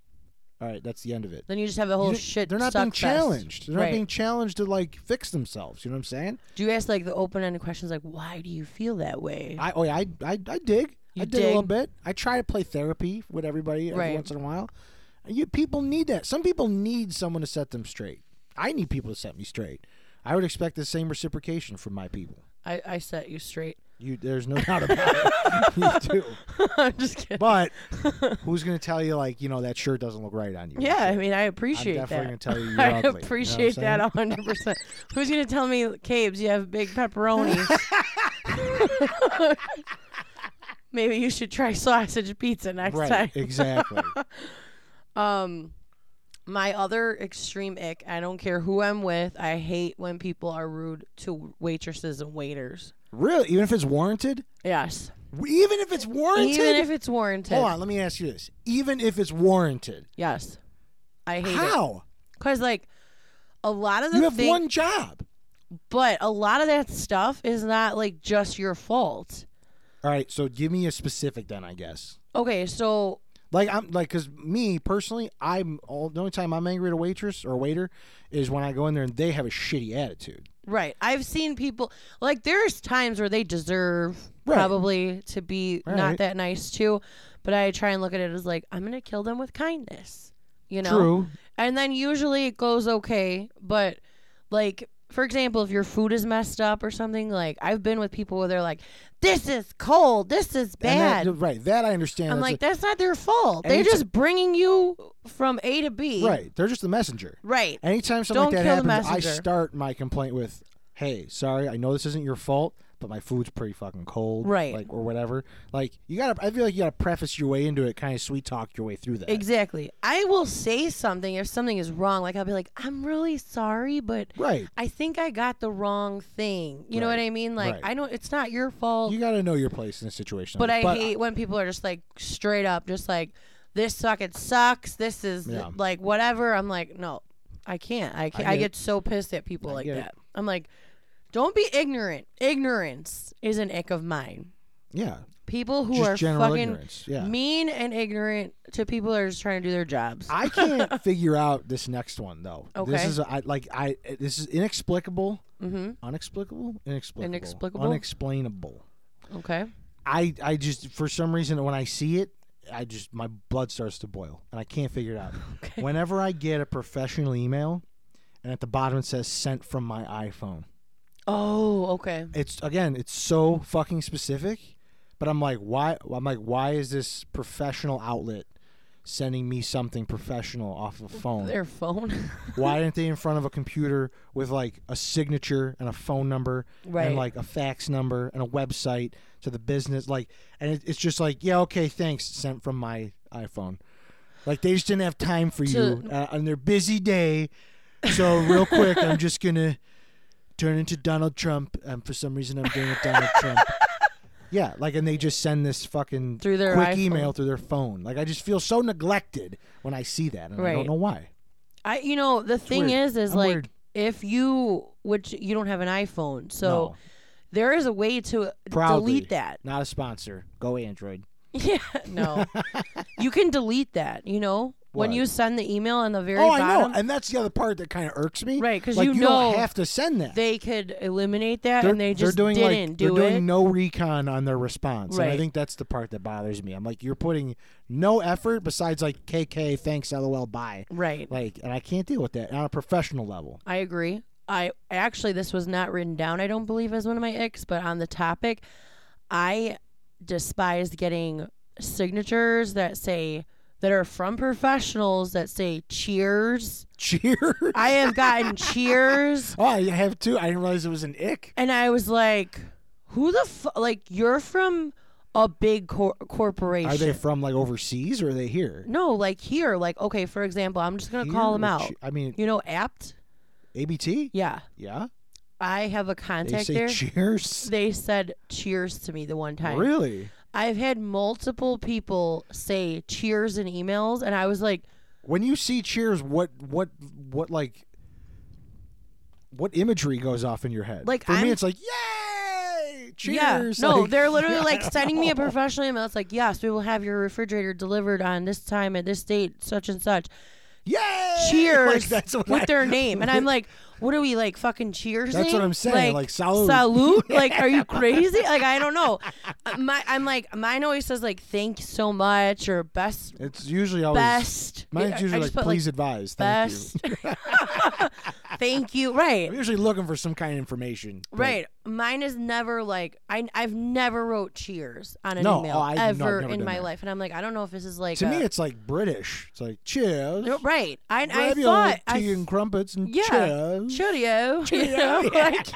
S2: All right, that's the end of it.
S3: Then you just have a
S2: You
S3: whole
S2: don't-
S3: shit.
S2: They're not
S3: suck
S2: being
S3: fest.
S2: challenged. They're
S3: right.
S2: not being challenged to like fix themselves. You know what I'm saying?
S3: Do you ask like the open ended questions like, why do you feel that way?
S2: I oh yeah, I I, I dig.
S3: You
S2: I dig, a little
S3: dig?
S2: bit. I try to play therapy with everybody every
S3: Right.
S2: once in a while. You people need that. Some people need someone to set them straight. I need people to set me straight. I would expect the same reciprocation from my people.
S3: I, I, set you straight.
S2: You there's no doubt about it. <laughs> you do.
S3: <laughs> I'm just kidding.
S2: But who's gonna tell you like, you know, that shirt doesn't look right on you?
S3: <laughs> yeah, I
S2: Shit.
S3: mean, I appreciate
S2: I'm definitely
S3: that.
S2: gonna
S3: <laughs>
S2: tell you you're
S3: I
S2: ugly.
S3: appreciate
S2: you know what
S3: that
S2: I'm
S3: a hundred
S2: <laughs>
S3: percent. Who's gonna tell me, Cabes, you have big pepperonis? <laughs> Maybe you should try sausage pizza next <laughs>
S2: saying?
S3: time.
S2: Right, exactly.
S3: Um, my other extreme ick. I don't care who I'm with. I hate when people are rude to waitresses and waiters.
S2: really, even if it's warranted,
S3: Yes,
S2: even if it's warranted,
S3: even if it's warranted.
S2: Hold on, let me ask you this. Even if it's warranted,
S3: Yes, I hate it
S2: how?
S3: because like a lot of the
S2: You have
S3: thing-
S2: one job.
S3: but a lot of that stuff is not like just your fault.
S2: All right, so give me a specific then, I guess.
S3: Okay, so
S2: Like I'm like cuz me personally, I'm all the only time I'm angry at a waitress or a waiter is when I go in there and they have a shitty attitude.
S3: Right. I've seen people like there's times where they deserve
S2: Right.
S3: probably to be not
S2: Right.
S3: that nice too, but I try and look at it as like I'm gonna kill them with kindness, you know.
S2: True.
S3: And then usually it goes okay, but like for example, if your food is messed up or something, like I've been with people where they're like, "This is cold. This is
S2: And that-
S3: bad."
S2: right, that I understand.
S3: I'm
S2: That's
S3: like, "That's not their fault. They're
S2: Anytime-
S3: just bringing you from A to
S2: a-
S3: B."
S2: right. They're just the messenger.
S3: Right.
S2: Anytime something
S3: Don't
S2: like
S3: kill
S2: that
S3: the
S2: happens, I
S3: messenger.
S2: start my complaint with, "Hey, sorry, I know this isn't your fault, but my food's pretty fucking cold,
S3: Right.
S2: Like or whatever. Like you gotta, I feel like you gotta preface your way into it, kind of sweet talk your way through that.
S3: Exactly. I will say something if something is wrong. Like I'll be like, I'm really sorry, but
S2: Right.
S3: I think I got the wrong thing. You know what
S2: Right.
S3: I mean? Like
S2: Right.
S3: I don't. It's not your fault.
S2: You gotta know your place in a situation.
S3: but I
S2: like,
S3: hate when people are just like straight up, just like this fucking sucks. This is
S2: Yeah.
S3: like whatever. I'm like, no, I can't. I can't. I,
S2: get
S3: get so pissed at people like
S2: get it.
S3: that. I'm like, don't be ignorant. Ignorance is an ick of mine.
S2: Yeah.
S3: People who
S2: Just
S3: are
S2: general
S3: fucking
S2: ignorance. Yeah.
S3: mean and ignorant to people that are just trying to do their jobs. <laughs>
S2: I can't figure out this next one though. This
S3: Okay.
S2: is I like I this is inexplicable,
S3: mm-hmm.
S2: unexplicable, inexplicable,
S3: Inexplicable?
S2: unexplainable.
S3: Okay.
S2: I I just for some reason when I see it, I just my blood starts to boil and I can't figure it out.
S3: Okay.
S2: Whenever I get a professional email, and at the bottom it says sent from my iPhone.
S3: Oh, okay.
S2: It's again, it's so fucking specific, but I'm like, why? I'm like, why is this professional outlet sending me something professional off of a phone?
S3: Their phone. <laughs>
S2: Why aren't they in front of a computer with like a signature and a phone number
S3: Right.
S2: and like a fax number and a website to the business? Like, and it, it's just like, yeah, okay, thanks, sent from my iPhone. Like they just didn't have time for you
S3: To-
S2: uh, on their busy day. So real quick, I'm just gonna turn into Donald Trump. Um, for some reason, I'm doing a Donald
S3: <laughs>
S2: Trump. Yeah, like, and they just send this fucking
S3: Through their
S2: quick
S3: iPhone.
S2: email through their phone. Like, I just feel so neglected when I see that, and I
S3: Right.
S2: don't know why.
S3: I, you know, the thing
S2: weird.
S3: is, is
S2: I'm
S3: like
S2: weird.
S3: if you, which you don't have an iPhone, so
S2: No.
S3: there is a way to
S2: Proudly.
S3: delete that. <laughs>
S2: Not a sponsor. Go Android.
S3: Yeah. No. you can delete that. You know. when
S2: What?
S3: you send the email on the very
S2: Oh, I know,
S3: bottom,
S2: and that's the other part that kind of irks me.
S3: Right, 'cause
S2: like,
S3: you
S2: don't
S3: know
S2: have to send that.
S3: they could eliminate that,
S2: they're,
S3: and they
S2: they're
S3: just
S2: doing
S3: didn't
S2: like,
S3: do
S2: they're
S3: it.
S2: doing no recon on their response, and I
S3: Right.
S2: think that's the part that bothers me. I'm like, you're putting no effort besides like KK, thanks, lol, bye.
S3: right.
S2: Like, and I can't deal with that on a professional level. <laughs>
S3: I agree. I actually this was not written down. I don't believe as one of my icks, but on the topic, I despise getting signatures that say that are from professionals that say cheers.
S2: Cheers.
S3: I have
S2: <laughs>
S3: gotten cheers,
S2: oh, I have two. I didn't realize it was an ick.
S3: and I was like, "Who the f- like? You're from a big cor- corporation."
S2: Are they from like overseas or are they here?
S3: no, like here, like okay. For example, I'm just gonna call
S2: Here
S3: them
S2: or
S3: out.
S2: che- I mean,
S3: you know, apt.
S2: ABT.
S3: Yeah,
S2: Yeah,
S3: I have a
S2: they
S3: contact
S2: say
S3: there.
S2: cheers.
S3: they said cheers to me the one time.
S2: Really?
S3: I've had multiple people say cheers in emails, and I was like,
S2: When you see cheers, what what what like what imagery goes off in your head?
S3: Like,
S2: for
S3: I'm-
S2: me, it's like yay, cheers.
S3: yeah, no,
S2: like, <laughs>
S3: they're literally like sending me a professional email. It's like, yes, we will have your refrigerator delivered on this time at this date, such and such.
S2: yay. <laughs>
S3: Cheers
S2: Like, that's what
S3: with
S2: I- <laughs>
S3: their name, and I'm like, what are we like fucking cheers?
S2: That's what I'm saying, like, salute. <laughs>
S3: salute. Like, are you crazy? Like, I don't know. Uh, My, I'm like, mine always says like, thank you so much or best,
S2: It's usually always
S3: best. I-
S2: mine's
S3: I
S2: usually
S3: just
S2: like
S3: put,
S2: please advise. Thank you.
S3: best. <laughs> Thank you. Right.
S2: I'm usually looking for some kind of information. but
S3: Right. Mine is never like I I've never wrote cheers on an
S2: No,
S3: email
S2: oh, I've not-
S3: ever
S2: never
S3: in
S2: done
S3: my
S2: that.
S3: life, and I'm like I don't know if this is like
S2: To
S3: a-
S2: me, it's like British. It's like cheers.
S3: No, right. I I
S2: Grab your little
S3: thought I
S2: tea and crumpets and
S3: yeah
S2: cheers.
S3: cheerio, <laughs> you know, like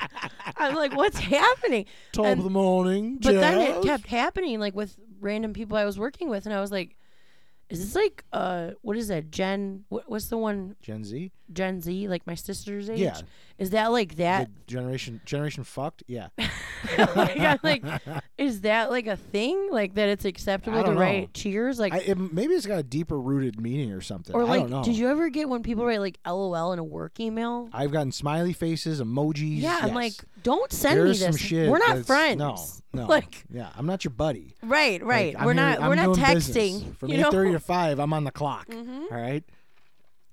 S3: I'm like what's happening?
S2: Top
S3: and-
S2: of the morning.
S3: But then it
S2: cheers.
S3: kept happening like with random people I was working with, and I was like, is this like uh what is that Gen what, what's the one
S2: Gen Z.
S3: Gen Z like my sister's age?
S2: Yeah.
S3: Is that like that?
S2: The generation generation fucked. Yeah.
S3: <laughs> like,
S2: <laughs>
S3: I'm like, is that like a thing? Like that it's acceptable
S2: I
S3: to
S2: don't know.
S3: write cheers? Like,
S2: I, it, maybe it's got a deeper rooted meaning or something.
S3: or
S2: I
S3: like,
S2: don't know.
S3: did you ever get when people write like LOL in a work email?
S2: I've gotten smiley faces, emojis.
S3: yeah, I'm
S2: yes.
S3: like, don't send
S2: There's
S3: me this.
S2: some shit
S3: we're not
S2: that's-
S3: friends. <laughs>
S2: No, no.
S3: Like,
S2: yeah, I'm not your buddy.
S3: right, right.
S2: Like, I'm
S3: we're
S2: here-
S3: not.
S2: I'm
S3: we're not
S2: doing
S3: texting.
S2: business. From
S3: you know?
S2: 8:30 to five, I'm on the clock.
S3: Mhm.
S2: all right,
S3: <laughs>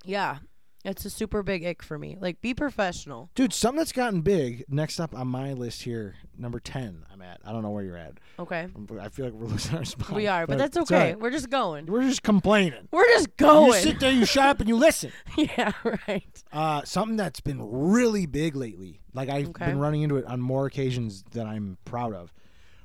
S3: Yeah, it's a super big ick for me. Like, be professional.
S2: dude. Something that's gotten big. Next up on my list here, number ten. I'm at. I don't know where you're at.
S3: Okay,
S2: I'm- I feel like we're losing our <laughs> spot.
S3: we are, but, that's
S2: it's
S3: okay.
S2: all right.
S3: We're just going.
S2: We're just complaining.
S3: We're just
S2: You
S3: going. <laughs>
S2: <laughs> sit there, you shut up, and you listen.
S3: yeah, right.
S2: Uh, something that's been really big lately. Like I've
S3: Okay.
S2: been running into it on more occasions than I'm proud of.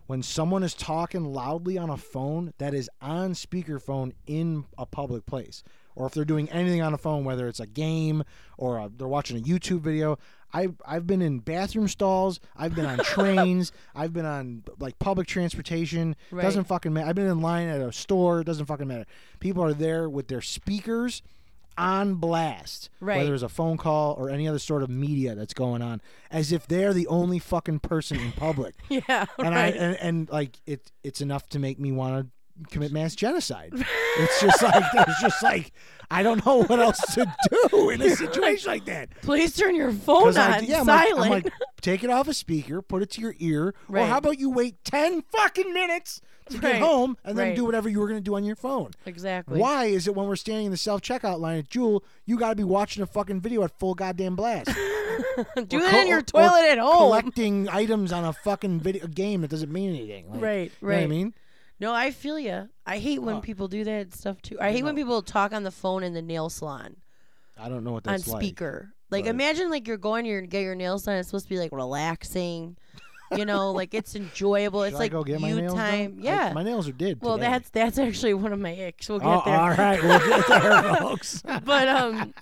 S2: When someone is talking loudly on a phone that is on speakerphone in a public place, or if they're doing anything on a phone, whether it's a game or uh they're watching a YouTube video, I've I've been in bathroom stalls,
S3: <laughs>
S2: I've been on trains, I've been on like public transportation.
S3: Right.
S2: Doesn't fucking matter. I've been in line at a store. Doesn't fucking matter. People are there with their speakers on blast,
S3: Right.
S2: whether it's a phone call or any other sort of media that's going on, as if they're the only fucking person
S3: <laughs>
S2: in public.
S3: Yeah,
S2: and
S3: right.
S2: I uh, and, and like it, it's enough to make me want to commit
S3: <laughs>
S2: mass genocide. it's just like there's just like I don't know what else to do in a situation like that.
S3: Please turn your phone
S2: 'Cause I-
S3: on
S2: yeah, I'm like- I'm
S3: silent.
S2: like, take it off a speaker, put it to your ear, or
S3: Right.
S2: how about you wait ten fucking minutes to get
S3: Right.
S2: home and then
S3: Right.
S2: do whatever you were gonna do on your phone.
S3: <laughs> exactly.
S2: Why is it when we're standing in the self checkout line at Jewel, you got to be watching a fucking video at full
S3: <laughs>
S2: goddamn
S3: <laughs>
S2: blast?
S3: Do
S2: Or
S3: it
S2: co-
S3: in
S2: or
S3: your toilet at home.
S2: Collecting items on a fucking video game that doesn't mean anything.
S3: <laughs>
S2: Like,
S3: Right,
S2: You know what I
S3: right.
S2: mean?
S3: No, I feel you. I hate when
S2: Oh.
S3: people do that stuff too. I hate when people talk on the phone in the nail salon
S2: I don't know what that's
S3: on
S2: like.
S3: speaker. Like,
S2: Right.
S3: imagine like you're going to get your nails done. It's supposed to be like relaxing, you
S2: <laughs>
S3: know, like it's enjoyable.
S2: Should
S3: it's like
S2: I go get my
S3: you
S2: nails done?
S3: time.
S2: I-
S3: Yeah.
S2: my nails are did.
S3: well,
S2: today.
S3: that's that's actually one of my icks. We'll get
S2: <laughs> Oh,
S3: there.
S2: all right.
S3: <laughs>
S2: We'll get there, folks. <laughs>
S3: But um,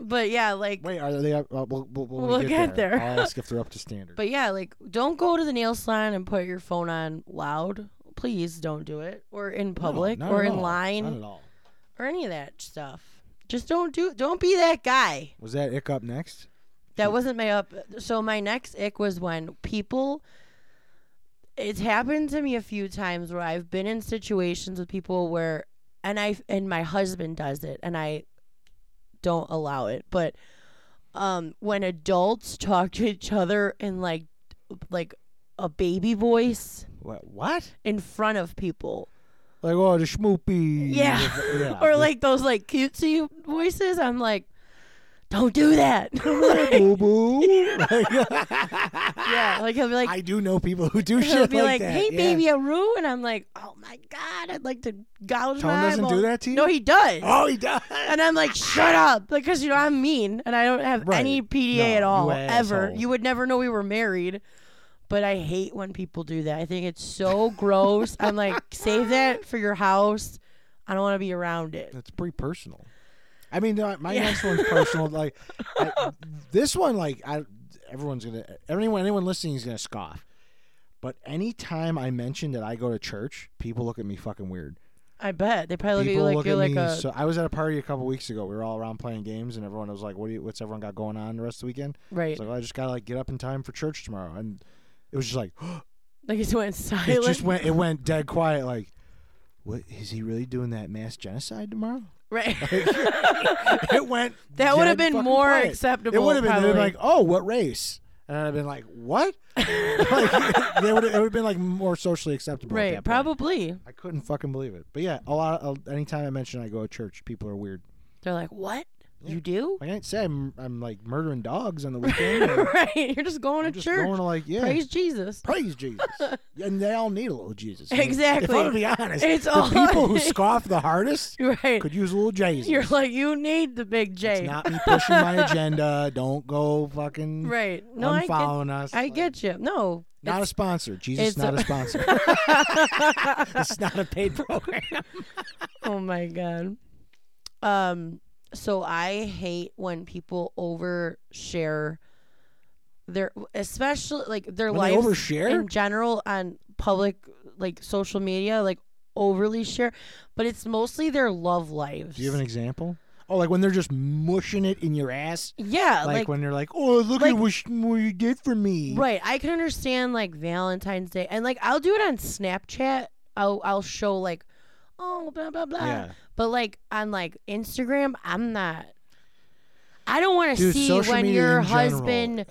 S3: but yeah, like.
S2: Wait, are they up? Uh, we'll, we'll, when we
S3: We'll get there.
S2: I'll ask if they're up to standard.
S3: But yeah, like don't go to the nail salon and put your phone on loud. Please don't do it. Or in
S2: No,
S3: public
S2: not
S3: or
S2: at
S3: in
S2: all.
S3: line
S2: Not at all.
S3: or any of that stuff. Just don't do don't be that guy.
S2: Was that ick up next?
S3: That wasn't my up. So my next ick was when people. It's happened to me a few times where I've been in situations with people where, and I and my husband does it, and I don't allow it. But um, when adults talk to each other in like, like a baby voice
S2: What? What?
S3: <laughs> in front of people,
S2: Like, oh, the schmoopy.
S3: Yeah.
S2: <laughs> yeah.
S3: <laughs> or like those like cutesy voices. I'm like, don't do that. <laughs> Like, <laughs>
S2: boo boo.
S3: yeah, like he'll be like,
S2: I do know people
S3: <laughs>
S2: who do
S3: he'll
S2: shit
S3: be like,
S2: that.
S3: hey
S2: yeah.
S3: baby, a roo, and I'm like, oh my god, I'd like to gouge
S2: Tone
S3: my
S2: doesn't do
S3: eyeball."
S2: that to you?
S3: No, he does.
S2: <laughs> Oh, he does.
S3: And I'm like, shut up, because you know I'm mean, and I don't have
S2: Right.
S3: any PDA
S2: No,
S3: at all
S2: you
S3: ever.
S2: asshole.
S3: You would never know we were married. But I hate when people do that. I think it's so gross. I'm
S2: <laughs>
S3: like, save that for your house. I don't want to be around it.
S2: That's pretty personal. I mean, no, my
S3: Yeah.
S2: next one's
S3: <laughs>
S2: personal. Like I, this one, like I, everyone's gonna, anyone, anyone listening is gonna scoff. But anytime I mention that I go to church, people look at me fucking weird.
S3: I bet they probably
S2: people
S3: look at you like
S2: me.
S3: you're like a
S2: so I was at a party a couple weeks ago. We were all around playing games, and everyone was like, "What do you? What's everyone got going on the rest of the weekend?" I
S3: right.
S2: was like, well, "I just gotta like get up in time for church tomorrow." And it was just like, <gasps>
S3: Like it went
S2: it
S3: silent.
S2: just went, it went dead quiet. Like, what is he really doing that mass genocide tomorrow?
S3: <laughs>
S2: <laughs>
S3: right.
S2: it went.
S3: <laughs> That would have
S2: dead
S3: been
S2: fucking
S3: more
S2: quiet.
S3: acceptable.
S2: It would have been,
S3: probably.
S2: they'd been like, oh, what race? And I'd have been like, what? <laughs> like, "Oh, they would it would have been like more socially acceptable. at that
S3: right,
S2: point.
S3: probably.
S2: I couldn't fucking believe it. But yeah, a lot. Of, anytime I mention I go to church, people are weird.
S3: They're like, what you do?
S2: Like I didn't say I'm, I'm like murdering dogs on
S3: <laughs>
S2: the weekend. or
S3: right, you're just going
S2: I'm
S3: to
S2: just
S3: church.
S2: going to like yeah,
S3: Praise
S2: praise,
S3: Jesus. <laughs>
S2: Jesus. and they all need a little Jesus. I mean,
S3: Exactly.
S2: If I'm to be honest,
S3: It's
S2: the
S3: all- <laughs>
S2: people who scoff the hardest
S3: right.
S2: could use a little Jesus.
S3: <laughs> You're like, you need the big J.
S2: it's not me pushing my agenda. Don't go fucking
S3: <laughs> right. No, I get,
S2: unfollowing us.
S3: I
S2: Like,
S3: get you. No.
S2: Not a sponsor. Jesus,
S3: it's
S2: not
S3: a-
S2: a sponsor.
S3: <laughs>
S2: <laughs> it's not a paid program.
S3: oh my god. Um so I hate when people overshare their especially like their
S2: When they
S3: lives
S2: overshare?
S3: in general on public like social media like overly share but it's mostly their love lives.
S2: Do you have an example? Oh, like when they're just mushing it in your ass.
S3: yeah,
S2: Like,
S3: Uh, like,
S2: when they're like, "Oh, look
S3: like-
S2: at what, sh- what you did for me."
S3: right, I can understand like Valentine's Day and like I'll do it on Snapchat. I'll I'll show like oh blah blah blah.
S2: Yeah.
S3: But like on like Instagram, I'm not. I don't want to
S2: Dude,
S3: see
S2: social
S3: when
S2: media
S3: your
S2: in general-
S3: husband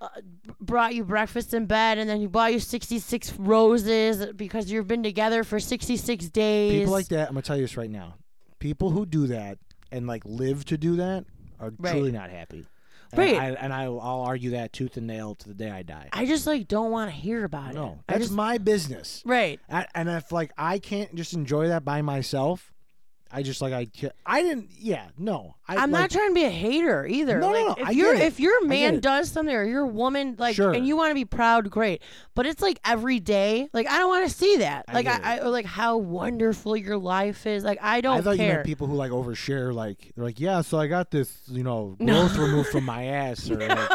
S3: uh, b- brought you breakfast in bed and then he bought you 66 roses because you've been together for 66 days.
S2: People like that. I'm gonna tell you this right now. People who do that and like live to do that are
S3: Right.
S2: truly not happy. And
S3: Right.
S2: I, and I, will argue that tooth and nail to the day I die.
S3: I just like don't want to hear about it.
S2: no,
S3: I
S2: that's
S3: just
S2: my business.
S3: right.
S2: I, and if like I can't just enjoy that by myself, I just like I ca- I didn't. Yeah, no. I,
S3: I'm
S2: like,
S3: not trying to be a hater either.
S2: No, no,
S3: like,
S2: no,
S3: If
S2: I
S3: your
S2: get it.
S3: if your
S2: I
S3: man
S2: get it.
S3: does something or your woman like
S2: Sure.
S3: and you want to be proud, great. But it's like every day. Like I don't want to see that.
S2: I
S3: Like
S2: get
S3: I, I or like how wonderful your life is. Like I don't
S2: I thought
S3: care.
S2: you meant people who like overshare. Like they're like, yeah, so I got this, you know,
S3: No.
S2: growth removed from my ass,
S3: <laughs>
S2: or like,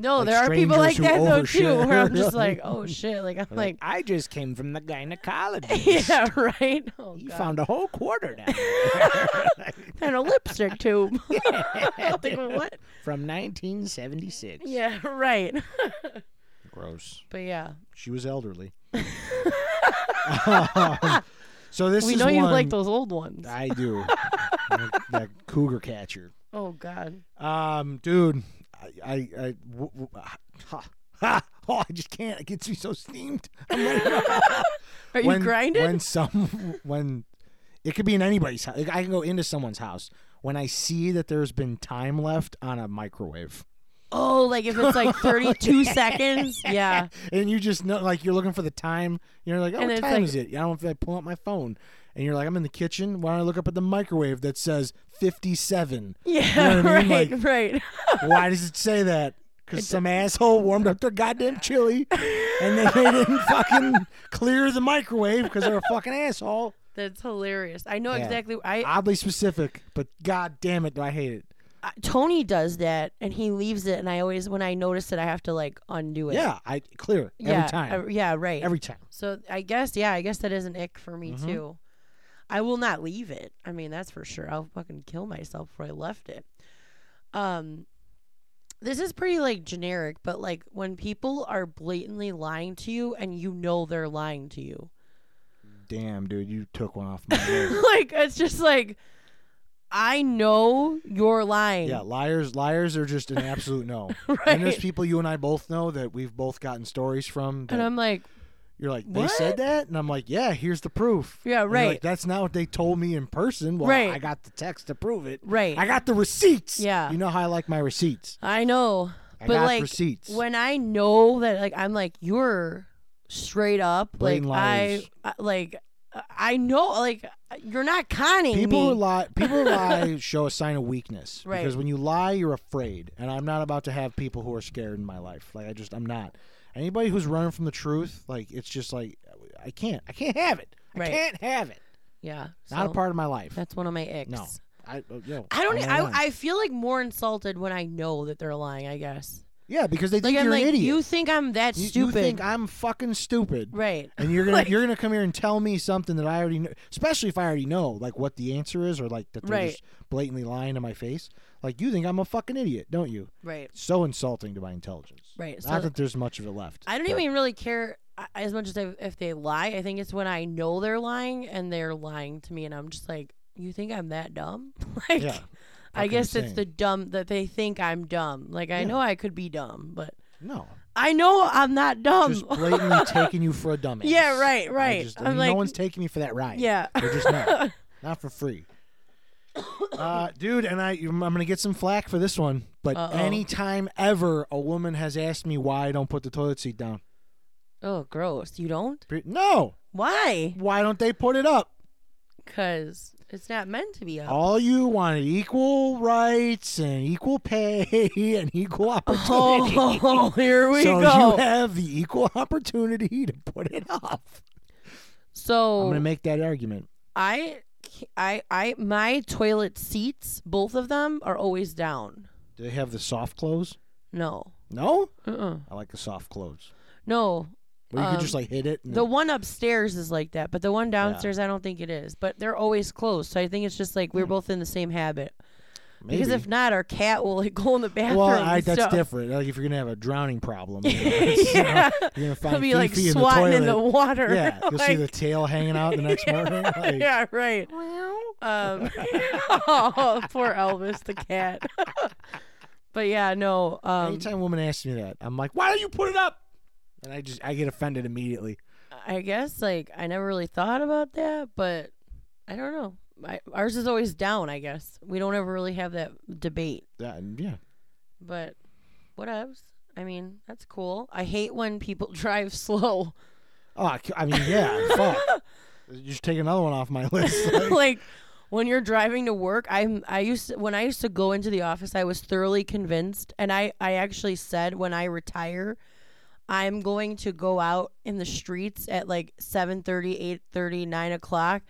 S3: no,
S2: like
S3: there are people like
S2: strangers
S3: that
S2: who
S3: though too,
S2: overshare.
S3: where I'm
S2: <laughs>
S3: just like, oh shit. Like I'm like,
S2: I just came from the
S3: <laughs>
S2: gynecologist. <laughs>
S3: yeah, right. Oh,
S2: You
S3: God.
S2: found a whole quarter down
S3: <laughs>
S2: there.
S3: and a lipstick tube. I'm <laughs> like, what?
S2: <laughs> from 1976.
S3: Yeah, right. <laughs>
S2: Gross.
S3: But yeah,
S2: She
S3: <laughs>
S2: was elderly. Um, so this
S3: we
S2: is
S3: know you
S2: one-
S3: like those old ones. <laughs>
S2: I do. that cougar catcher.
S3: oh God.
S2: Um, dude, I, I, I, w- w- ha, ha, <laughs> oh, I just can't. It gets me
S3: <laughs>
S2: so steamed. I'm ready to-
S3: Are
S2: when,
S3: you grinding?
S2: When some, when it could be in anybody's house. Like, I can go into someone's house when I see that there's been time left on a microwave,
S3: <laughs> Oh, like if it's like <laughs> 32 seconds. Yeah.
S2: and you just know, like, you're looking for the time. You're like, oh,
S3: And
S2: what
S3: it's
S2: time
S3: like-
S2: is it? I don't. I pull up my phone, and you're like, I'm in the kitchen. Why don't I look up at the microwave that says 57?
S3: <laughs> Yeah.
S2: know what I
S3: right.
S2: mean? Like-
S3: right. <laughs>
S2: Why does it say that? Because some asshole warmed up their goddamn chili, and then they
S3: <laughs>
S2: didn't fucking clear the microwave because they're a fucking asshole.
S3: That's hilarious. I know
S2: Yeah.
S3: exactly. I,
S2: Oddly specific, but god damn it, do I hate it.
S3: I Tony does that and he leaves it, and I always when I notice it, I have to like undo it.
S2: Yeah, I clear every
S3: yeah,
S2: time,
S3: I- yeah. Right.
S2: every time.
S3: so I guess yeah. I guess that is an ick for
S2: Mm-hmm.
S3: me too. I will not leave it. I mean that's for sure. I'll fucking kill myself before I left it. Um. This is pretty like generic, but like when people are blatantly lying to you and you know they're lying to you. <laughs>
S2: Damn, dude, you took one off my list.
S3: like it's just like I know you're lying. <laughs>
S2: Yeah, liars, liars are just an absolute no.
S3: right.
S2: And there's people you and I both know that we've both gotten stories from. That,
S3: And I'm like,
S2: You're like, they
S3: What?
S2: said that? And I'm like, yeah, here's the proof.
S3: Yeah,
S2: And you're
S3: right.
S2: Like, That's not what they told me in person. Well,
S3: Right.
S2: I got the text to prove it.
S3: Right.
S2: I got the receipts.
S3: Yeah.
S2: You know how I like my receipts.
S3: I know.
S2: I
S3: but
S2: got
S3: like
S2: receipts.
S3: when I know that like I'm like you're straight up
S2: Blatant
S3: like I,
S2: liars.
S3: I like I know like you're not conning
S2: People
S3: me.
S2: who lie, people who
S3: <laughs>
S2: lie show a sign of weakness.
S3: Right.
S2: Because when you lie, you're afraid, and I'm not about to have people who are scared in my life. Like I just, I'm not. Anybody who's running from the truth, like it's just like, I can't, I can't have it.
S3: Right.
S2: I can't have it.
S3: yeah.
S2: Not a
S3: so
S2: part of my life.
S3: That's one of my icks.
S2: No. I, oh, yo,
S3: I don't.
S2: I'm
S3: e-
S2: not lying.
S3: I, I feel like more insulted when I know that they're lying. I guess.
S2: yeah, because they
S3: Like
S2: think
S3: I'm
S2: you're
S3: like
S2: an idiot.
S3: you think I'm that
S2: You-
S3: stupid,
S2: You think I'm fucking stupid,
S3: right?
S2: and you're gonna
S3: <laughs>
S2: you're gonna come here and tell me something that I already know, especially if I already know like what the answer is, or like that they're
S3: Right.
S2: just blatantly lying to my face. Like you think I'm a fucking idiot, don't you?
S3: Right.
S2: So insulting to my intelligence.
S3: Right.
S2: Not
S3: So
S2: that there's much of it left.
S3: I don't
S2: but-
S3: even really care uh, as much as I, if they lie. I think it's when I know they're lying and they're lying to me, and I'm just like, you think I'm that dumb? <laughs> like,
S2: Yeah.
S3: I
S2: Fucking
S3: guess it's
S2: insane.
S3: the dumb that they think I'm dumb. Like I
S2: Yeah.
S3: know I could be dumb, but
S2: No,
S3: <laughs> I know I'm not dumb.
S2: just
S3: <laughs>
S2: blatantly taking you for a dumbass.
S3: Um, Yeah, right,
S2: I
S3: right.
S2: just-
S3: I'm
S2: no
S3: like-
S2: one's taking me for that ride.
S3: yeah.
S2: They're just
S3: <laughs>
S2: not. not for free. Uh, dude, and I, I'm gonna get some flack for this one, but
S3: Uh-oh.
S2: anytime ever a woman has asked me why I don't put the toilet seat down,
S3: oh, gross. You don't?
S2: Pre- no,
S3: Why?
S2: why don't they put it up?
S3: Because it's not meant to be up. <laughs>
S2: All you wanted equal rights and equal pay <laughs> and equal opportunity.
S3: Oh, <laughs> here we
S2: so
S3: go.
S2: you have the equal opportunity to put it up. I'm
S3: so
S2: gonna make that argument.
S3: I, ca- I, I, my toilet seats, both of them are always down.
S2: Do they have the soft clothes?
S3: No.
S2: No,
S3: Uh-uh.
S2: I like the soft clothes.
S3: No.
S2: Where you
S3: Um,
S2: could just like hit it. And
S3: The one upstairs is like that, but the one downstairs, I don't think it is. But they're always closed. So I think it's just like
S2: Hmm.
S3: we're both in the same habit. Because
S2: maybe.
S3: if not, our cat will like go in the bathroom.
S2: well, I,
S3: and
S2: that's
S3: stuff. <laughs>
S2: <laughs> different. Like if you're gonna have a drowning problem, you know, it's, you know,
S3: Yeah.
S2: you're gonna
S3: I'll
S2: find
S3: be
S2: Fifi
S3: like
S2: in the
S3: swatting
S2: toilet.
S3: in the water. <laughs>
S2: yeah, you'll see the
S3: Like,
S2: tail hanging out the next morning. <laughs>
S3: <laughs>
S2: Like,
S3: yeah, right. Um, <laughs> oh, poor Elvis the cat. <laughs> but yeah, no. Um,
S2: Anytime a woman asks me that, I'm like, "Why don't you put it up?" And I just I get offended immediately.
S3: I guess like I never really thought about that, but I don't know. I, ours is always down. I guess we don't ever really have that debate.
S2: Yeah, and yeah.
S3: But what else? I mean, that's cool. I hate when people <laughs> drive slow.
S2: Oh, I, c- I mean, yeah.
S3: <laughs>
S2: fuck. You just take another one off my list. <laughs> Like,
S3: like when you're driving to work, I'm I used to, when I used to go into the office, I was thoroughly convinced, and I I actually said when I retire, I'm going to go out in the streets at like 7:30, 8:30, 9 o'clock.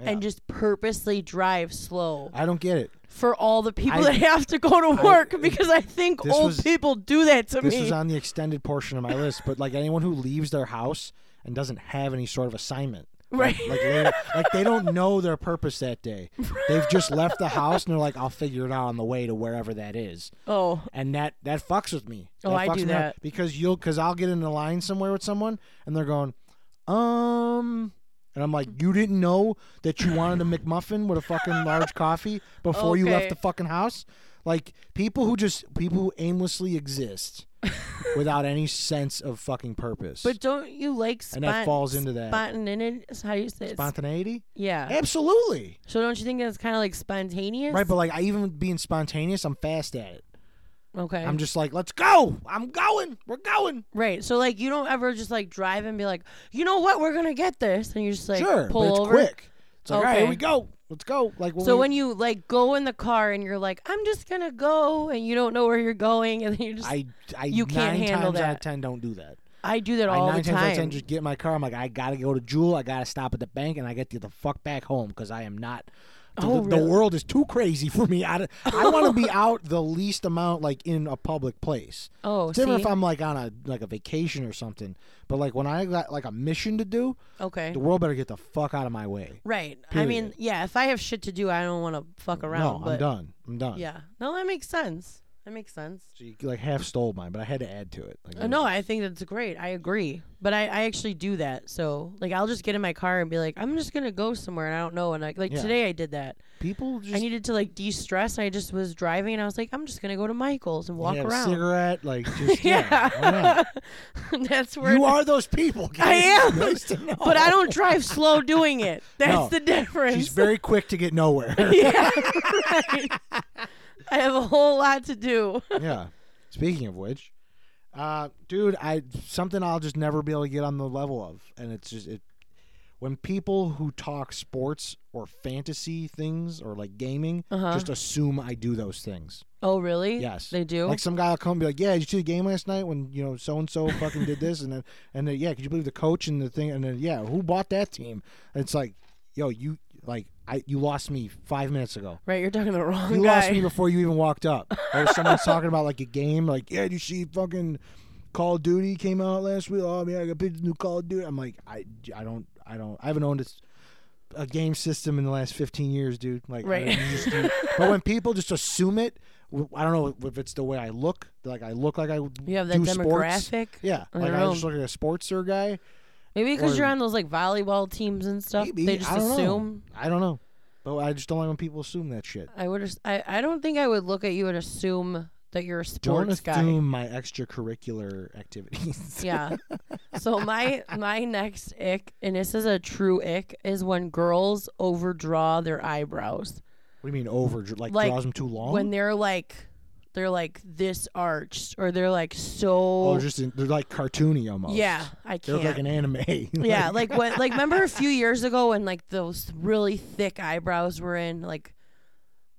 S3: And just purposely drive slow
S2: I don't get it.
S3: for all the people
S2: I-
S3: that have to go to work because I think
S2: this
S3: old
S2: was-
S3: people do that to
S2: This
S3: me.
S2: was on the extended portion of my list, but like anyone who leaves their house and doesn't have any sort of assignment.
S3: right.
S2: Like, later, like they don't know their purpose
S3: <laughs>
S2: that day. They've just left the house and they're like, "I'll figure it out on the way to wherever that is,"
S3: oh,
S2: and that that fucks with me.
S3: Oh,
S2: that
S3: I
S2: fucks
S3: do
S2: me up
S3: that.
S2: because you'll because I'll get in a line somewhere with someone and they're going, um, and I'm like, "You didn't know that you wanted a McMuffin with a fucking large coffee before you
S3: Okay.
S2: left the fucking house." Like people who just people who
S3: <laughs>
S2: aimlessly exist without any sense of fucking purpose.
S3: but don't you like spont-
S2: and that falls into that
S3: spontaneity? How do you say it?
S2: spontaneity.
S3: yeah.
S2: Absolutely.
S3: So don't you think that's kind of like spontaneous?
S2: Right, but like I even being spontaneous, I'm fast at it.
S3: okay.
S2: I'm just like, let's go. I'm going. We're going.
S3: right. So like you don't ever just like drive and be like, you know what, we're gonna get this, and you just like
S2: sure,
S3: pull
S2: but it's
S3: over.
S2: quick. It's like, all right,
S3: Okay.
S2: here we go. Let's go. Like when
S3: So
S2: we-
S3: when you like go in the car and you're like, I'm just gonna go, and you don't know where you're going, and then you just I,
S2: I, I
S3: you can't
S2: nine
S3: handle
S2: times out
S3: that.
S2: of ten don't do that.
S3: do that
S2: I
S3: all
S2: nine
S3: the
S2: times out of ten
S3: time.
S2: just get in my car. I'm like, I gotta go to Jewel. I gotta stop at the bank, and I get to the fuck back home because I am not. the-
S3: Oh,
S2: the,
S3: really?
S2: the world is too crazy for me. I, I want to
S3: <laughs>
S2: be out the least amount, like in a public place.
S3: Oh,
S2: It's different
S3: see?
S2: if I'm like on a like a vacation or something. But like when I got like a mission to do,
S3: okay.
S2: the world better get the fuck out of my way.
S3: Right. I mean,
S2: Period.
S3: yeah. If I have shit to do, I don't want to fuck around.
S2: no,
S3: but
S2: I'm done. I'm done.
S3: Yeah. No, that makes sense. That makes sense.
S2: So you like half stole mine, but I had to add to it. Like,
S3: Uh, No, I think that's great. I agree. But I, I actually do that. So like I'll just get in my car and be like, I'm just gonna go somewhere and I don't know. And like like
S2: Yeah.
S3: today I did that.
S2: people just
S3: I needed to like de stress and I just was driving and I was like, I'm just gonna go to Michael's and walk
S2: yeah,
S3: around. <laughs>
S2: cigarette, like just yeah. why not?
S3: yeah. <laughs> that's where
S2: You are those people.
S3: <laughs>
S2: Kate.
S3: I am.
S2: Nice to know.
S3: But I don't drive slow doing
S2: <laughs>
S3: it. That's
S2: No.
S3: the difference.
S2: <laughs> She's very quick to get nowhere.
S3: <laughs>
S2: <laughs>
S3: yeah, right. I have a whole lot to do. <laughs>
S2: yeah. Speaking of which, uh, dude, I something I'll just never be able to get on the level of, and it's just it. When people who talk sports or fantasy things or like gaming
S3: Uh-huh.
S2: just assume I do those things.
S3: Oh, really?
S2: Yes.
S3: They do?
S2: Like some guy will come and be like, "Yeah, did you see the game last night when you know so and so fucking did this?" And then and then yeah, could you believe the coach and the thing? And then yeah, who bought that team? And it's like, yo, you like I you lost me five minutes ago.
S3: right, you're talking to the wrong
S2: You
S3: guy.
S2: lost me before you even walked up.
S3: <laughs>
S2: Or someone's talking about like a game, like, yeah, you see fucking Call of Duty came out last week. Oh man, I got picked the new Call of Duty. I'm like, I, I don't I don't I haven't owned a, s- a game system in the last 15 years, dude. Like, I-
S3: Right.
S2: you just-
S3: <laughs>
S2: you- but when people just assume it, w- I don't know if it's the way I look. Like I look like I w-
S3: <laughs> you have that
S2: do
S3: demographic.
S2: Sports. Yeah,
S3: on
S2: like
S3: your
S2: I
S3: own.
S2: just look like a sportser guy.
S3: Maybe because
S2: Or-
S3: you're on those like volleyball teams and stuff.
S2: Maybe
S3: They just
S2: I don't know.
S3: assume.
S2: I don't know, but I just don't like when people assume that shit.
S3: I would. as- I. I don't think I would look at you and assume that you're a
S2: Don't
S3: sports guy.
S2: assume my extracurricular activities.
S3: <laughs>
S2: <laughs>
S3: Yeah. So my my next ick, and this is a true ick, is when girls overdraw their eyebrows.
S2: What do you mean over? dr- Like,
S3: Like,
S2: draws them too long?
S3: when they're like they're like this arched or they're like so
S2: oh, just in, they're like cartoony almost.
S3: yeah i
S2: they
S3: can't
S2: look like an <laughs> anime. Like-
S3: yeah like what like remember a few years ago when like those really thick eyebrows were in like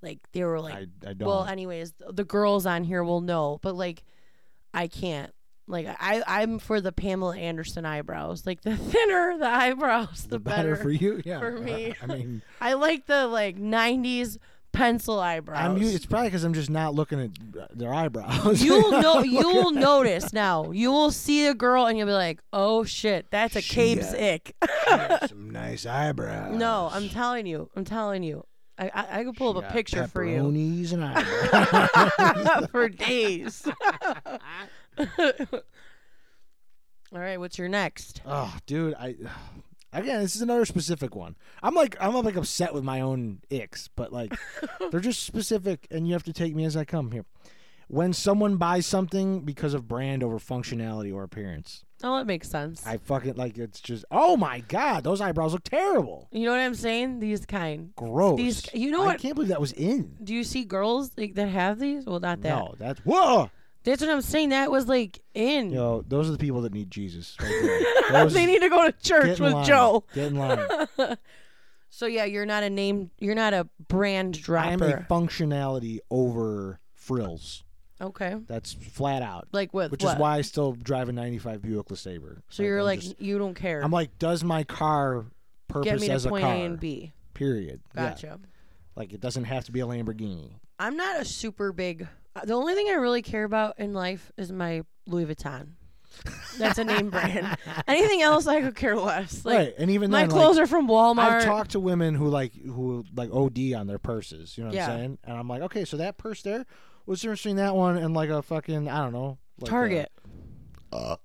S3: like they were like
S2: <laughs> I, I don't.
S3: well anyways th- the girls on here will know but like i can't like i i'm for the pamela anderson eyebrows like the <laughs> thinner the eyebrows the,
S2: the better, for
S3: <laughs>
S2: you, yeah.
S3: for me. <laughs>
S2: I mean,
S3: i like the like 90s pencil eyebrows
S2: I'm. u- It's <laughs> probably because I'm just not looking at their eyebrows. <laughs>
S3: You'll know. You'll notice now. You will see a girl and you'll be like, "Oh shit, that's a
S2: She
S3: Cape's
S2: got-
S3: ick." <laughs>
S2: Got some nice eyebrows.
S3: no, I'm telling you. I'm telling you. I I, I could pull up a
S2: Got
S3: picture for you
S2: pepperonis and eyebrows.
S3: <laughs> for days. All right, what's your next?
S2: oh, dude, I. Again, this is another specific one. I'm like, I'm like upset with my own icks, but
S3: <laughs>
S2: like, they're just specific, and you have to take me as I come here. When someone buys something because of brand over functionality or appearance,
S3: Oh, it makes sense.
S2: I fucking like it's just oh my god, those eyebrows look terrible.
S3: you know what I'm saying? These kind.
S2: Gross.
S3: These- you know
S2: I
S3: what-
S2: can't believe that was in.
S3: Do you see girls like that have these? Well, not that.
S2: No, that's whoa.
S3: That's what I'm saying. That was like in.
S2: Yo, those are the people that need Jesus. Right there.
S3: <laughs>
S2: Those-
S3: they need to go to
S2: get
S3: church
S2: in
S3: with
S2: line.
S3: Joe.
S2: Get in line.
S3: So yeah, you're not a name. You're not a brand
S2: I am a
S3: dropper.
S2: functionality over frills.
S3: okay.
S2: That's flat out.
S3: Like with
S2: Which
S3: what?
S2: is why I still drive a 95 Buick LeSabre.
S3: So you're
S2: I'm
S3: like
S2: just-
S3: you don't care.
S2: I'm like, does my car purpose
S3: Get me
S2: as
S3: to point
S2: a
S3: A
S2: car?
S3: and B.
S2: Period. Yeah.
S3: Gotcha.
S2: Like it doesn't have to be a Lamborghini.
S3: I'm not a super big. uh, The only thing I really care about in life is my Louis Vuitton. That's a name
S2: <laughs>
S3: brand. Anything else, I could care less. Like
S2: right. And even
S3: my
S2: then, like,
S3: clothes are from Walmart.
S2: I've talked to women who like who like OD on their purses. You know what
S3: Yeah.
S2: I'm saying? And I'm like, okay, so that purse there was interesting. That one and like a fucking I don't know like a-
S3: Target.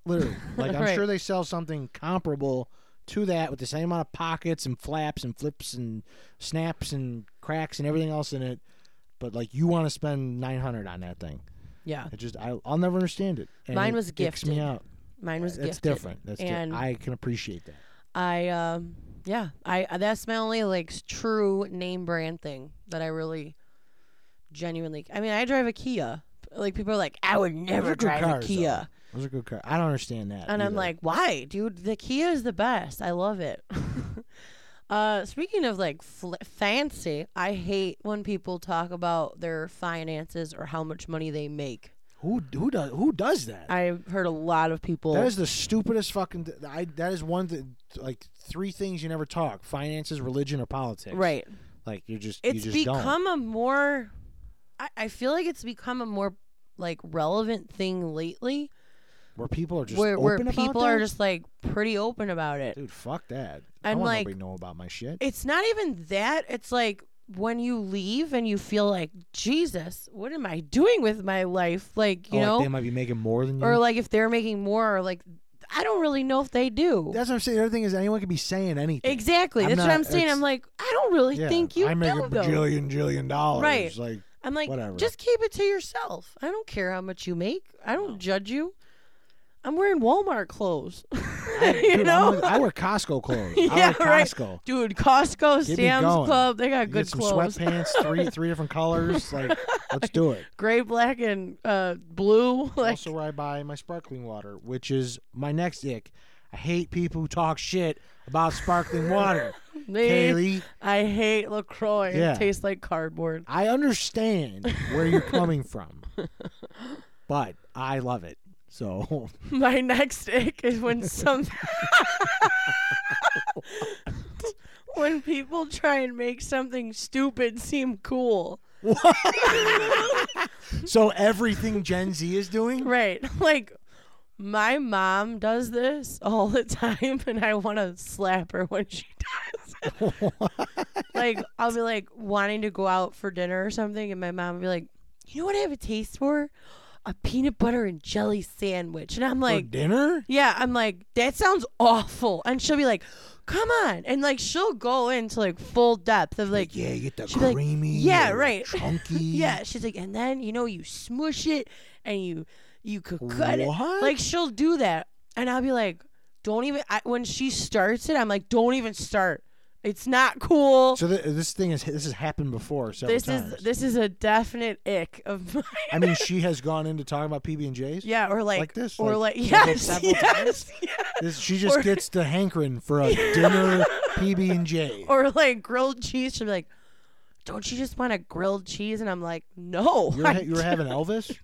S2: literally, like I'm
S3: Right.
S2: sure they sell something comparable to that with the same amount of pockets and flaps and flips and snaps and cracks and everything else in it. But like you want to spend 900 on that thing.
S3: yeah,
S2: It just I I'll never understand it. And
S3: Mine
S2: it
S3: was
S2: icks
S3: gifted.
S2: me out.
S3: mine was
S2: That's
S3: gifted.
S2: different. That's
S3: and
S2: different. I can appreciate that.
S3: I um yeah, I that's my only like s- true name brand thing that I really genuinely I mean, I drive a Kia. Like people are like, I would never
S2: good
S3: drive
S2: cars,
S3: a
S2: though.
S3: Kia.
S2: Those are good cars. I don't understand that.
S3: And I'm
S2: either.
S3: like, why? Dude, the Kia is the best. I love it. <laughs> uh speaking of like fl- fancy, I hate when people talk about their finances or how much money they make.
S2: who who does who does that?
S3: I've heard a lot of people
S2: That is the stupidest fucking. Th- I that is one th- like three things you never talk: finances, religion, or politics.
S3: Right.
S2: Like you're just you
S3: it's
S2: just
S3: become a more I, I feel like it's become a more like relevant thing lately
S2: don't. where people are just
S3: where, where
S2: open about
S3: people are
S2: that?
S3: just like pretty open about it
S2: dude. Fuck that. I
S3: And,
S2: want
S3: like-
S2: nobody to know about my shit.
S3: it's not even that it's like when you leave and you feel like Jesus, what am I doing with my life? Like you
S2: oh,
S3: know,
S2: like they might be making more than you.
S3: or like if they're making more, or like I don't really know if they do.
S2: That's what I'm saying. The other thing is anyone could be saying anything.
S3: exactly.
S2: I'm
S3: That's
S2: not-
S3: what I'm saying.
S2: it's-
S3: I'm like, I don't really
S2: Yeah,
S3: think you
S2: I make
S3: do
S2: a
S3: though.
S2: bajillion, jillion dollars.
S3: Right.
S2: Like
S3: <laughs> I'm like,
S2: Whatever.
S3: just keep it to yourself. I don't care how much you make. I don't judge you. I'm wearing Walmart clothes. <laughs> you
S2: dude, I'm
S3: know,
S2: with- i
S3: <laughs>
S2: wear Costco clothes. I
S3: Yeah,
S2: wear
S3: right.
S2: Costco.
S3: dude. Costco,
S2: Get me
S3: Sam's
S2: going.
S3: Club, they got
S2: You
S3: good
S2: get some
S3: clothes.
S2: sweatpants,
S3: <laughs>
S2: three three different colors. Like, let's do it.
S3: Gray, black, and uh, blue. <laughs> Like,
S2: also, where I buy my sparkling water, which is my next ick. I hate people who talk shit about
S3: <laughs>
S2: sparkling water.
S3: me,
S2: Kaylee,
S3: I hate Lacroix.
S2: Yeah.
S3: It tastes like cardboard. <laughs>
S2: I understand where you're coming from, but I love it.
S3: <laughs>
S2: So
S3: My next ick is when some <laughs> when people try and make something stupid seem cool.
S2: So everything Gen Z is doing? <laughs>
S3: Right. <laughs> Like my mom does this all the time <laughs> and I want to slap her when she <laughs> does. it. like I'll be like wanting to go out for dinner or something and my mom will be like, "You know what I have a taste for? A peanut butter and jelly sandwich." And I'm
S2: For
S3: like,
S2: dinner?
S3: "Yeah, I'm like, that sounds awful." And she'll be like, "Come on." And like she'll go into like full depth of like
S2: Yeah, you get the
S3: She'd be like,
S2: creamy.
S3: "Yeah,
S2: or
S3: right."
S2: Chunky.
S3: <laughs> Yeah, she's like, and then you know you smush it and you you could cut
S2: What?
S3: it. Like she'll do that, and I'll be like, don't even. I, when she starts it, I'm like, don't even start. It's not cool.
S2: So th- this thing is this has happened before several
S3: this
S2: times.
S3: is this is a definite ick of <laughs> mine.
S2: I mean, she has gone into talking about PB and J's.
S3: yeah, or like,
S2: like this,
S3: or
S2: like,
S3: like, <laughs>
S2: like
S3: yes,
S2: several
S3: yes, yes,
S2: This, she just
S3: Or-
S2: gets the
S3: <laughs>
S2: hankering for a dinner PB and J.
S3: or like grilled cheese. She'll be like, don't you just want a grilled cheese? And I'm like, no.
S2: You ever,
S3: I
S2: ha- you ever
S3: don't."
S2: have an Elvis?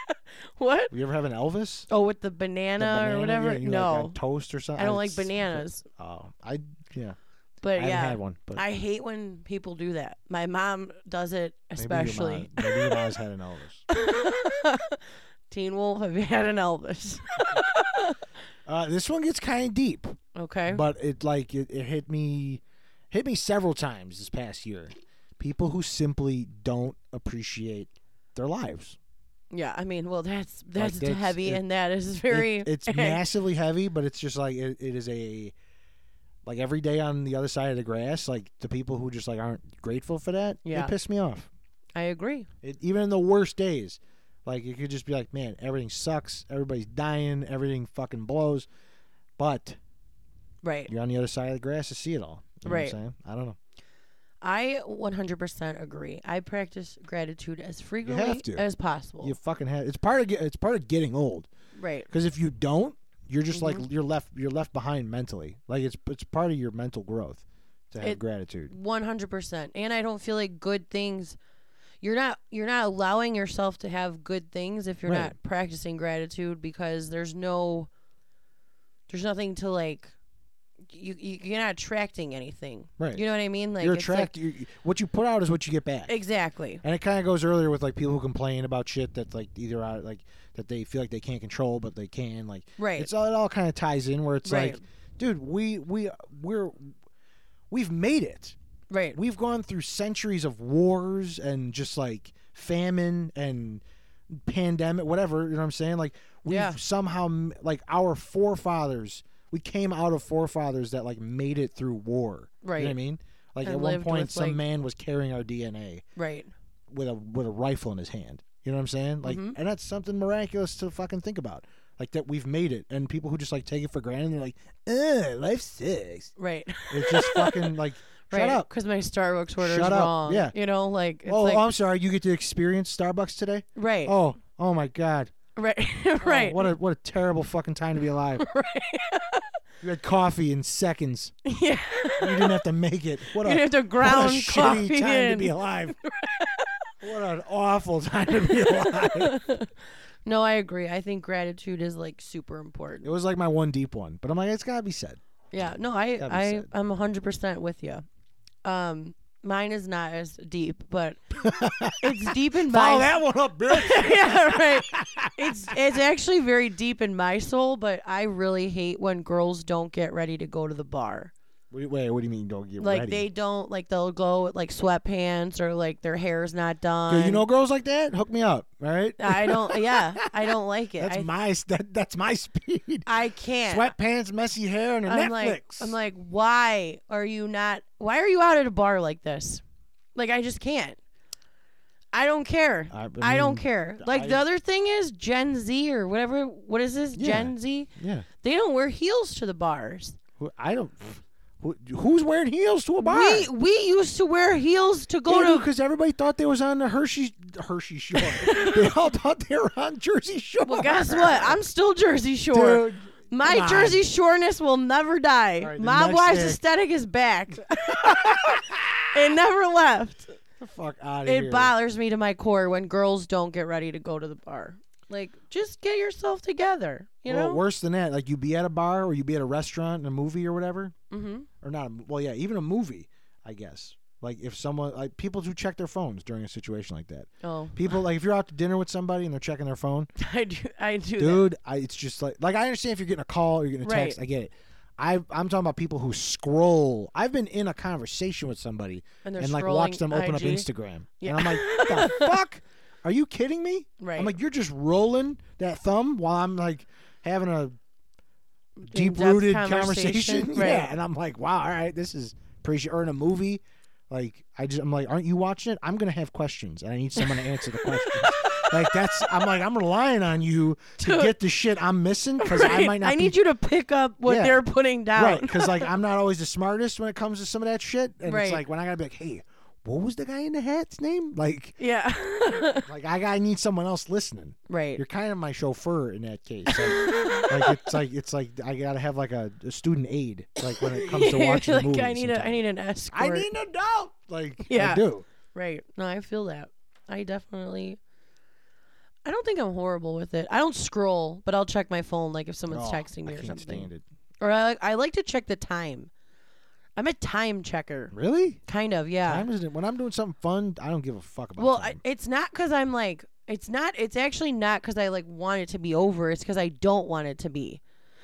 S3: <laughs> what?
S2: You ever have an Elvis?
S3: Oh, with the
S2: The
S3: banana,
S2: banana?
S3: or whatever.
S2: Yeah, you
S3: no,
S2: Like on toast or something.
S3: I don't like
S2: s-
S3: bananas.
S2: Oh, I yeah. I
S3: But
S2: haven't
S3: Uh, yeah,
S2: had one, but
S3: I hate when people do that. My mom does it especially.
S2: Maybe
S3: <laughs>
S2: your, mom, maybe your mom's had an Elvis.
S3: Teen Wolf, have you had an Elvis?
S2: Uh, this one gets kind of deep.
S3: okay.
S2: but it like it, it hit me hit me several times this past year people who simply don't appreciate their lives
S3: yeah, I mean, well, that's that's,
S2: that's-
S3: heavy,
S2: it-
S3: and that is
S2: It-
S3: very. <laughs>
S2: it's massively heavy but it's just like it, it is a like every day on the other side of the grass like the people who just like aren't grateful for that
S3: Yeah.
S2: it pissed me off
S3: I agree.
S2: it, even in the worst days like it could just be like man everything sucks everybody's dying everything fucking blows but
S3: Right.
S2: you're on the other side of the grass to see it all you know what I'm
S3: Right.
S2: saying? i don't know
S3: I 100% agree. I practice gratitude as frequently
S2: to.
S3: as possible.
S2: you fucking have it's part of get- it's part of getting old
S3: right.
S2: Because if you don't, you're just
S3: Mm-hmm.
S2: like you're left you're left behind mentally. Like it's it's part of your mental growth to have
S3: It-
S2: gratitude.
S3: One hundred percent. And I don't feel like good things. You're not you're not allowing yourself to have good things if you're
S2: Right.
S3: not practicing gratitude because there's no there's nothing to like. You, you you're not attracting anything.
S2: Right.
S3: You know what I mean? Like
S2: you're
S3: it's like-
S2: attracted. you what you put out is what you get back.
S3: exactly.
S2: and it kind of goes earlier with like people who complain about shit that's like either out like that they feel like they can't control but they can like
S3: Right.
S2: it's all it all kind of ties in where it's
S3: Right.
S2: like dude we we we're we've made it
S3: right.
S2: we've gone through centuries of wars and just like famine and pandemic whatever you know what i'm saying like we've
S3: Yeah.
S2: somehow m- like our forefathers we came out of forefathers that like made it through war you know what i
S3: Right.
S2: mean like
S3: And
S2: at one
S3: lived
S2: point
S3: with,
S2: some
S3: like-
S2: man was carrying our dna
S3: Right.
S2: with a with a rifle in his hand you know what i'm saying like
S3: Mm-hmm.
S2: and that's something miraculous to fucking think about like that we've made it and people who just like take it for granted they're like Ugh, life sucks
S3: Right. <laughs>
S2: it's just fucking like
S3: right.
S2: shut up
S3: Because my Starbucks order is
S2: Shut up.
S3: wrong.
S2: Yeah.
S3: You know, like it's
S2: oh,
S3: like
S2: I'm sorry. You get to experience Starbucks today.
S3: right.
S2: Oh, oh my God.
S3: right. <laughs>
S2: Oh,
S3: right.
S2: what a what a terrible fucking time to
S3: <laughs>
S2: be alive. <laughs> you had coffee in seconds. <laughs>
S3: yeah.
S2: You didn't have to make it. What
S3: you
S2: a,
S3: have to
S2: what a
S3: ground
S2: shitty
S3: coffee
S2: time
S3: in.
S2: to
S3: <laughs>
S2: be alive. what an awful time to be alive.
S3: No, I agree. I think gratitude is like super
S2: it
S3: important.
S2: was like my one deep one, but I'm like, it's gotta be said.
S3: Yeah. No, I
S2: That'd be
S3: I
S2: sad.
S3: I'm 100% with you. Um mine is not as deep,
S2: <laughs>
S3: but it's deep in my
S2: Follow that one up, bitch.
S3: <laughs> Yeah,
S2: <laughs>
S3: right. It's it's actually very deep in my soul, but I really hate when girls don't get ready to go to the bar.
S2: Wait, wait, what do you mean don't get
S3: Like
S2: ready?
S3: they don't like they'll go with like sweatpants or like their hair's not done.
S2: Yo, you know girls like that? Hook me up, all right?
S3: I don't. Yeah, I don't like it.
S2: <laughs> That's
S3: I,
S2: my that, that's my <laughs> speed.
S3: I can't.
S2: Sweatpants, messy hair, and a
S3: I'm
S2: Netflix.
S3: like, I'm like, why are you not? Why are you out at a bar like this? Like, I just can't. I don't care.
S2: I-
S3: I,
S2: I mean,
S3: don't care. Like the
S2: I-
S3: other thing is Gen Z or whatever. What is this?
S2: Yeah.
S3: Gen Z.
S2: yeah,
S3: They don't wear heels to the bars.
S2: Who- I don't. Who, who's wearing heels to a bar?
S3: We we used to wear heels to go to.
S2: because everybody thought they was on the Hershey
S3: <laughs>
S2: Hershey Shore. they all thought they were on Jersey Shore.
S3: Well, guess what? I'm still Jersey Shore.
S2: <laughs> Dude,
S3: My
S2: come on.
S3: Jersey Shoreness will never die.
S2: right, the
S3: Mob
S2: next
S3: Wise
S2: day-
S3: aesthetic is
S2: <laughs>
S3: back. it never left.
S2: Get the fuck out of here.
S3: It bothers me to my core when girls don't get ready to go to the bar. Like, just get yourself together. You
S2: Well,
S3: know.
S2: worse than that, like you be at a bar or you be at a restaurant, a movie or whatever,
S3: Mhm.
S2: or not. A, well, yeah, even a movie, I guess. Like if someone, like people do check their phones during a situation like that.
S3: Oh,
S2: People like if you're out to dinner with somebody and they're checking their phone,
S3: <laughs> I do. I do. that.
S2: dude. I, it's just like like I understand if you're getting a call or you're getting a text.
S3: Right.
S2: I get it. I I'm talking about people who scroll. I've been in a conversation with somebody
S3: And they're
S2: and like watch
S3: scrolling
S2: them open up
S3: IG.
S2: Instagram,
S3: Yeah.
S2: and I'm like, what
S3: <laughs>
S2: the fuck? Are you kidding me?
S3: Right. <laughs>
S2: I'm like, you're just rolling that thumb while I'm like having a deep
S3: In-depth
S2: rooted
S3: conversation.
S2: conversation. <laughs>
S3: Right.
S2: Yeah, and I'm like, wow, all right, this is pretty sure. Or in a movie, like I just I'm like, aren't you watching it? I'm gonna have questions, and I need someone to answer
S3: <laughs>
S2: the questions. like that's I'm like I'm relying on you to
S3: Dude.
S2: get the shit I'm missing because I
S3: Right.
S2: might not.
S3: I need
S2: be,
S3: you to pick up what
S2: Yeah.
S3: they're putting down.
S2: right because like I'm not always the smartest when it comes to some of that shit, and
S3: Right.
S2: it's like when I gotta be like, hey, what was the guy in the hat's name? Like.
S3: <laughs> Yeah.
S2: <laughs> Like I, I need someone else listening.
S3: right.
S2: You're kind of my chauffeur in that case. Like, like it's like it's like I gotta have like a, a student aid. Like when it comes
S3: <laughs>
S2: to
S3: You're
S2: watching
S3: like,
S2: a movie.
S3: I need a, I
S2: sometimes.
S3: need an escort.
S2: I need an adult. Like I
S3: Yeah.
S2: do.
S3: Right. No, I feel that. I definitely. I don't think I'm horrible with it. I don't scroll, but I'll check my phone, like if someone's
S2: Oh,
S3: texting me
S2: I
S3: or
S2: can't
S3: something.
S2: stand it.
S3: Or I like I like to check the time. I'm a time checker,
S2: Really?
S3: kind of. Yeah.
S2: Time isn't- when I'm doing something fun, I don't give a fuck about.
S3: well, I,
S2: time.
S3: it's not because I'm like it's not. It's actually not because I like want it to be over. It's because I don't want it to be.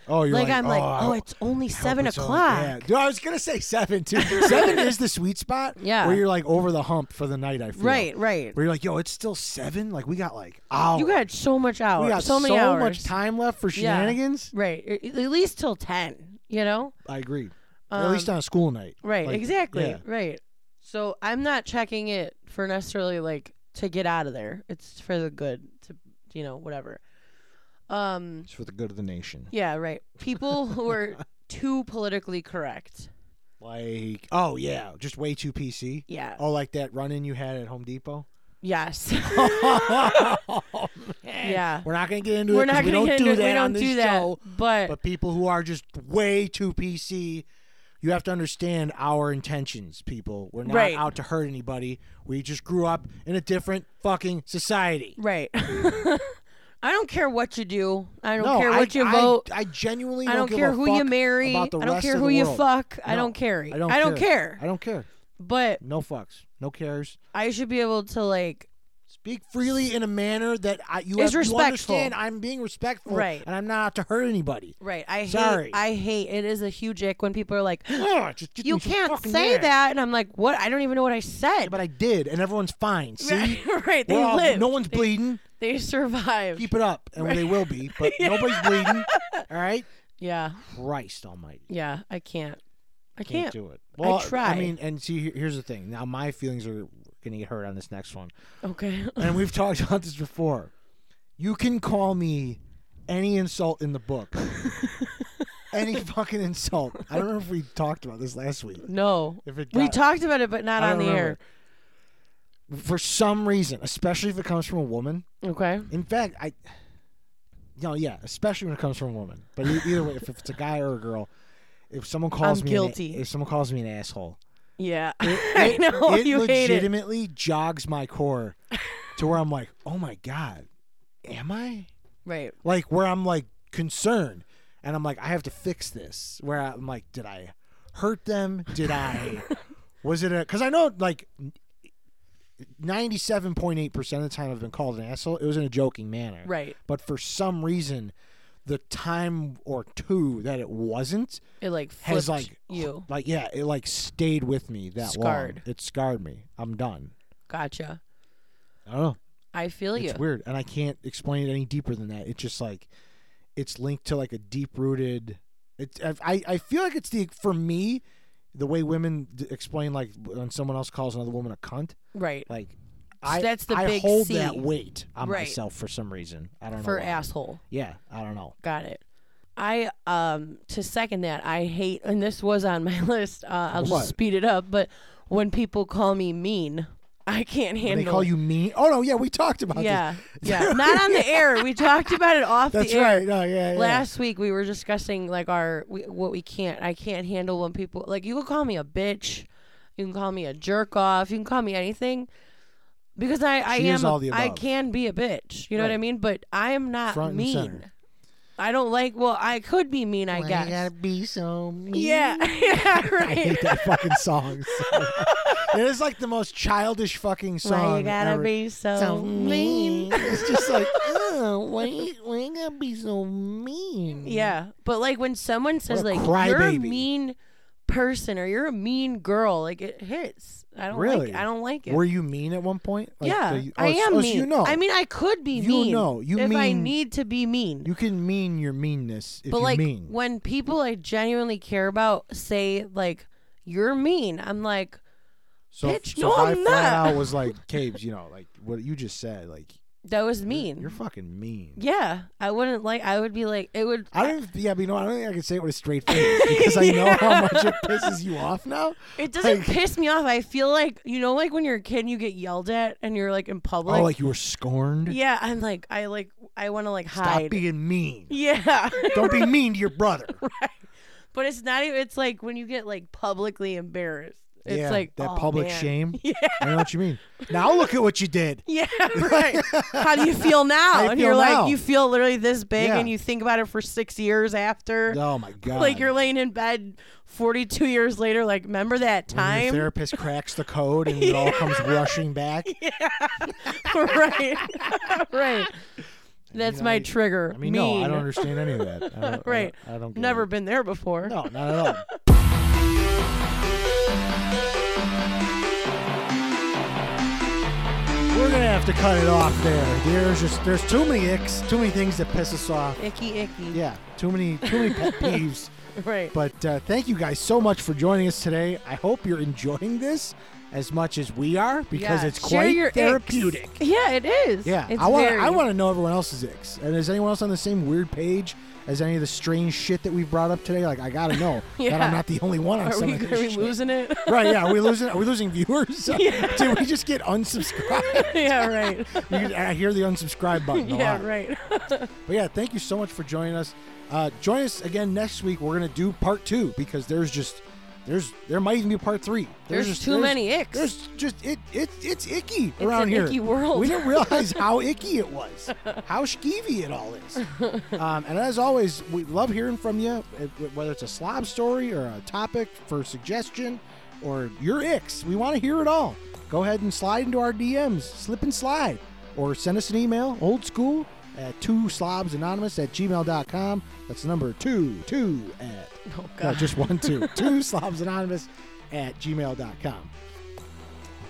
S2: oh, you're
S3: Like, I'm like,
S2: I
S3: oh,
S2: hope-
S3: it's only
S2: I hope
S3: seven
S2: it's all-
S3: o'clock.
S2: yeah. Dude, I was gonna say
S3: <laughs>
S2: seven too. seven is the sweet spot.
S3: Yeah.
S2: Where you're like over the hump for the night. I feel.
S3: Right. Right.
S2: Where you're like, yo, it's still seven. Like we got like hours.
S3: You got so much hours.
S2: we got
S3: so many hours.
S2: much time left for
S3: Yeah.
S2: shenanigans.
S3: Right. At at least till ten. You know.
S2: I agree. At least
S3: Um,
S2: on a school night.
S3: Right,
S2: Like,
S3: exactly.
S2: yeah.
S3: Right. So I'm not checking it for necessarily like to get out of there. It's for the good to you know, whatever. Um
S2: It's for the good of the nation.
S3: yeah, right. People who
S2: <laughs>
S3: are too politically correct.
S2: Like, oh yeah, just way too PC.
S3: Yeah.
S2: Oh, like that run-in you had at Home Depot. <laughs>
S3: Yes.
S2: oh, man.
S3: yeah.
S2: We're not gonna get into
S3: We're
S2: it. 'cause
S3: not
S2: we
S3: gonna
S2: don't
S3: get
S2: do
S3: into it.
S2: that
S3: We don't
S2: on this
S3: do that.
S2: show.
S3: But,
S2: But people who are just way too PC, you have to understand our intentions, people. We're not
S3: Right.
S2: out to hurt anybody. We just grew up in a different fucking society.
S3: right. <laughs> I don't care what you do. I don't
S2: no,
S3: care
S2: I,
S3: what you
S2: I-
S3: vote.
S2: I, genuinely
S3: I,
S2: don't,
S3: don't
S2: give
S3: care
S2: a
S3: who
S2: fuck
S3: you marry. I
S2: About the
S3: don't
S2: rest
S3: care
S2: of
S3: who
S2: the
S3: you
S2: world.
S3: fuck. I
S2: No,
S3: don't care.
S2: I don't
S3: care.
S2: I don't care.
S3: But
S2: No fucks. No cares.
S3: I should be able to like
S2: Speak freely in a manner that I, you,
S3: Is
S2: have, you
S3: respectful.
S2: understand I'm being respectful
S3: Right.
S2: and I'm not out to hurt anybody.
S3: Right. I
S2: Sorry.
S3: hate. I hate. It is a huge ick when people are
S2: <gasps>
S3: like,
S2: Ugh, Ah, just
S3: <gasps>
S2: get
S3: "You
S2: me some
S3: can't
S2: fucking
S3: say
S2: air.
S3: that," and I'm like, "What? I don't even know what I said."
S2: But I did, and everyone's fine.
S3: <laughs>
S2: See?
S3: right, <laughs> right. They
S2: We're all-
S3: live.
S2: No one's
S3: they,
S2: bleeding.
S3: They survive.
S2: Keep it up, and they will be,
S3: <laughs>
S2: but nobody's bleeding. All right?
S3: yeah.
S2: Christ almighty.
S3: Yeah. I can't. I
S2: Can't
S3: can't.
S2: do it.
S3: I
S2: Well,
S3: tried.
S2: mean, and see, here- here's the thing. Now, my feelings are going to get hurt on this next one.
S3: Okay. <laughs>
S2: and we've talked about this before. You can call me any insult in the <laughs> book. any fucking insult. I don't know if we talked about this last week.
S3: no.
S2: If it
S3: we
S2: got-
S3: talked about it, but not
S2: I
S3: on
S2: don't
S3: the
S2: remember. For some reason, especially if it comes from a woman.
S3: air. Okay.
S2: In fact, I No, yeah, especially when it comes from a woman. But e- either way, if it's a guy or a girl, if someone calls
S3: I'm
S2: me an-
S3: guilty.
S2: if someone calls me an asshole,
S3: Yeah. <laughs> I know
S2: it
S3: you hate it.
S2: legitimately jogs my core to where I'm like, "Oh my god, am I?"
S3: Right.
S2: like where I'm like concerned and I'm like I have to fix this where I'm like did I hurt them
S3: <laughs>
S2: did I was it a cuz I know like 97.8% of the time I've been called an asshole it was in a joking manner
S3: Right.
S2: but for some reason the time or two that it wasn't
S3: It like flipped
S2: has like
S3: you.
S2: like yeah it like stayed with me that
S3: Scarred.
S2: long it scarred me i'm done
S3: Gotcha.
S2: i don't know
S3: I feel
S2: it's
S3: you.
S2: weird and i can't explain it any deeper than that it's just like it's linked to like a deep rooted it I, I feel like it's the for me the way women d- explain like when someone else calls another woman a cunt
S3: Right.
S2: like I,
S3: that's the
S2: I
S3: big
S2: hold
S3: C.
S2: that weight on
S3: Right.
S2: myself for some reason. I don't know
S3: For
S2: why.
S3: asshole.
S2: Yeah, I don't know.
S3: Got it. I um to second that I hate and this was on my <laughs> list. Uh, I'll
S2: What?
S3: just speed it up, but when people call me mean, I can't handle.
S2: When they call
S3: it.
S2: <laughs> you mean. Oh no, yeah, we talked about
S3: Yeah,
S2: this. <laughs>
S3: yeah. Not on the air. We talked about it off
S2: That's
S3: the air.
S2: right. No, yeah, yeah.
S3: Last week we were discussing like our we, what we can't. I can't handle when people like you can call me a bitch, you can call me a jerk off, you can call me anything, because I I
S2: She
S3: am
S2: is
S3: a-
S2: all the
S3: I
S2: above.
S3: can be a bitch. You know what I
S2: Right.
S3: mean? But I am not
S2: Front and
S3: mean.
S2: center.
S3: I don't like. Well, I could be mean. I guess.
S2: be so
S3: <laughs>
S2: mean.
S3: yeah. yeah.
S2: I
S3: Right.
S2: hate that fucking song. so much. it is like the most childish fucking song.
S3: Why you gotta
S2: ever.
S3: be so,
S2: It's just like, oh, why, you- why you gotta be so mean?
S3: Yeah, but like when someone says
S2: a
S3: like you're a
S2: crybaby."
S3: mean person or you're a mean girl, like it hits. I don't
S2: Really?
S3: like. I don't like it.
S2: Were you mean at one point? Like,
S3: yeah,
S2: the- oh,
S3: I
S2: so-
S3: am
S2: oh, so
S3: mean.
S2: you know.
S3: I mean, I could be
S2: You
S3: mean.
S2: know. You
S3: if I
S2: mean-
S3: need to be mean.
S2: you can mean your meanness if
S3: but
S2: you
S3: like
S2: mean.
S3: when people I genuinely care about say like you're mean, I'm like
S2: So,
S3: Bitch,
S2: so
S3: no,
S2: if I
S3: I'm
S2: flat
S3: not.
S2: out was like, Caves, you know, like what you just said, like
S3: that was
S2: you're-
S3: mean.
S2: You're, fucking mean.
S3: yeah, I wouldn't like. I would be like it would.
S2: I don't. Yeah, but you know, I don't think I can say it with a
S3: <laughs>
S2: straight face because I know how much it pisses you off now. <sighs>
S3: It doesn't
S2: Like-
S3: piss me off. I feel like you know, like when you're a kid and you get yelled at and you're like in public.
S2: oh, like <laughs> you were scorned.
S3: Yeah, I'm like I like I want to like
S2: Stop
S3: hide.
S2: being mean.
S3: <laughs> yeah, <laughs>
S2: Don't be mean to your brother.
S3: but it's not even. It's like when you get like publicly embarrassed. <laughs> It's
S2: yeah,
S3: like
S2: that
S3: "Oh,
S2: public
S3: man."
S2: shame.
S3: <laughs> Yeah,
S2: I know what you mean. Now look at what you did.
S3: <laughs>
S2: <laughs>
S3: yeah, right. How do you feel now?
S2: How you
S3: and
S2: feel
S3: you're
S2: now?
S3: like you feel literally this big,
S2: Yeah.
S3: and you think about it for six years after.
S2: Oh my god.
S3: Like you're laying in bed 42 years later. Like remember that
S2: When your
S3: time?
S2: therapist cracks the
S3: <laughs>
S2: code and it all comes rushing back.
S3: right, <laughs> right. That's
S2: mean,
S3: my
S2: I-
S3: trigger.
S2: I mean, no, I don't understand any of that. I don't, I don't-
S3: Right.
S2: I don't. get
S3: Never
S2: it.
S3: been there before.
S2: No, not at all.
S3: <laughs>
S2: We're gonna have to cut it off there. There's just there's too many icks, too many things that piss us off.
S3: Icky, icky.
S2: Yeah, too many too
S3: <laughs>
S2: many pet peeves.
S3: Right.
S2: But uh, thank you guys so much for joining us today. I hope you're enjoying this as much as we are because
S3: Yeah.
S2: it's
S3: Share
S2: quite
S3: your icks.
S2: therapeutic.
S3: Yeah, it is.
S2: Yeah,
S3: it's
S2: I want
S3: very- <laughs>
S2: I want to know everyone else's icks. And is anyone else on the same weird page as any of the strange shit that we've brought up today? Like, I
S3: <laughs>
S2: gotta know that
S3: Yeah.
S2: I'm not the only one on
S3: Are
S2: some
S3: we,
S2: of
S3: are
S2: this
S3: we
S2: shit.
S3: losing it? <laughs>
S2: Right? Yeah, are we losing? Are we losing viewers? <laughs> Did we just get unsubscribed? <laughs>
S3: yeah, right.
S2: You can- I hear the unsubscribe button.
S3: <laughs>
S2: a
S3: yeah,
S2: lot.
S3: right.
S2: But yeah, thank you so much for joining us. Uh, join us again next week. We're gonna do part two because there's just there's there might even be part three.
S3: There's
S2: just-
S3: too many icks.
S2: There's just it it it's icky around
S3: an
S2: here.
S3: icky world.
S2: We didn't
S3: <laughs>
S2: realize how icky it was, how skeevy it all is. Um, and as always, we love hearing from you, uh, whether it's a slob story or a topic for suggestion or your icks. We want to hear it all. Go ahead and slide into our DMs, slip and slide, or send us an email, old school, at two slobs anonymous at gmail.com. That's the number two, two at,
S3: Oh
S2: no,
S3: God.
S2: just one,
S3: <laughs>
S2: two, two slobs anonymous at gmail.com.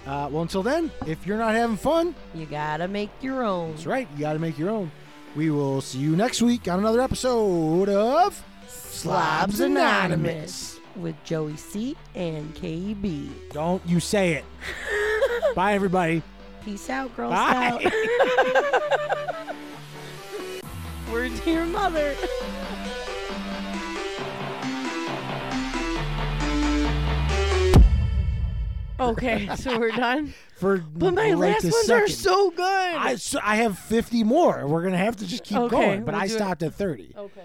S2: Uh, well, until then, if you're not having fun,
S3: you gotta make your own.
S2: that's right. You got to make your own. We will see you next week on another episode of
S3: Slobs Anonymous with Joey C and KB.
S2: Don't you say
S3: <laughs>
S2: it. Bye, everybody.
S3: Peace out, Girl <laughs>
S2: Bye. <laughs>
S3: Scout. Word to your mother. okay, so we're done. <laughs>
S2: For
S3: But my
S2: right
S3: last
S2: this
S3: ones are
S2: second.
S3: so good.
S2: I, so I have 50 more. We're going to have to just keep
S3: Okay,
S2: going. But
S3: we'll
S2: I
S3: do it.
S2: stopped at 30.
S3: okay.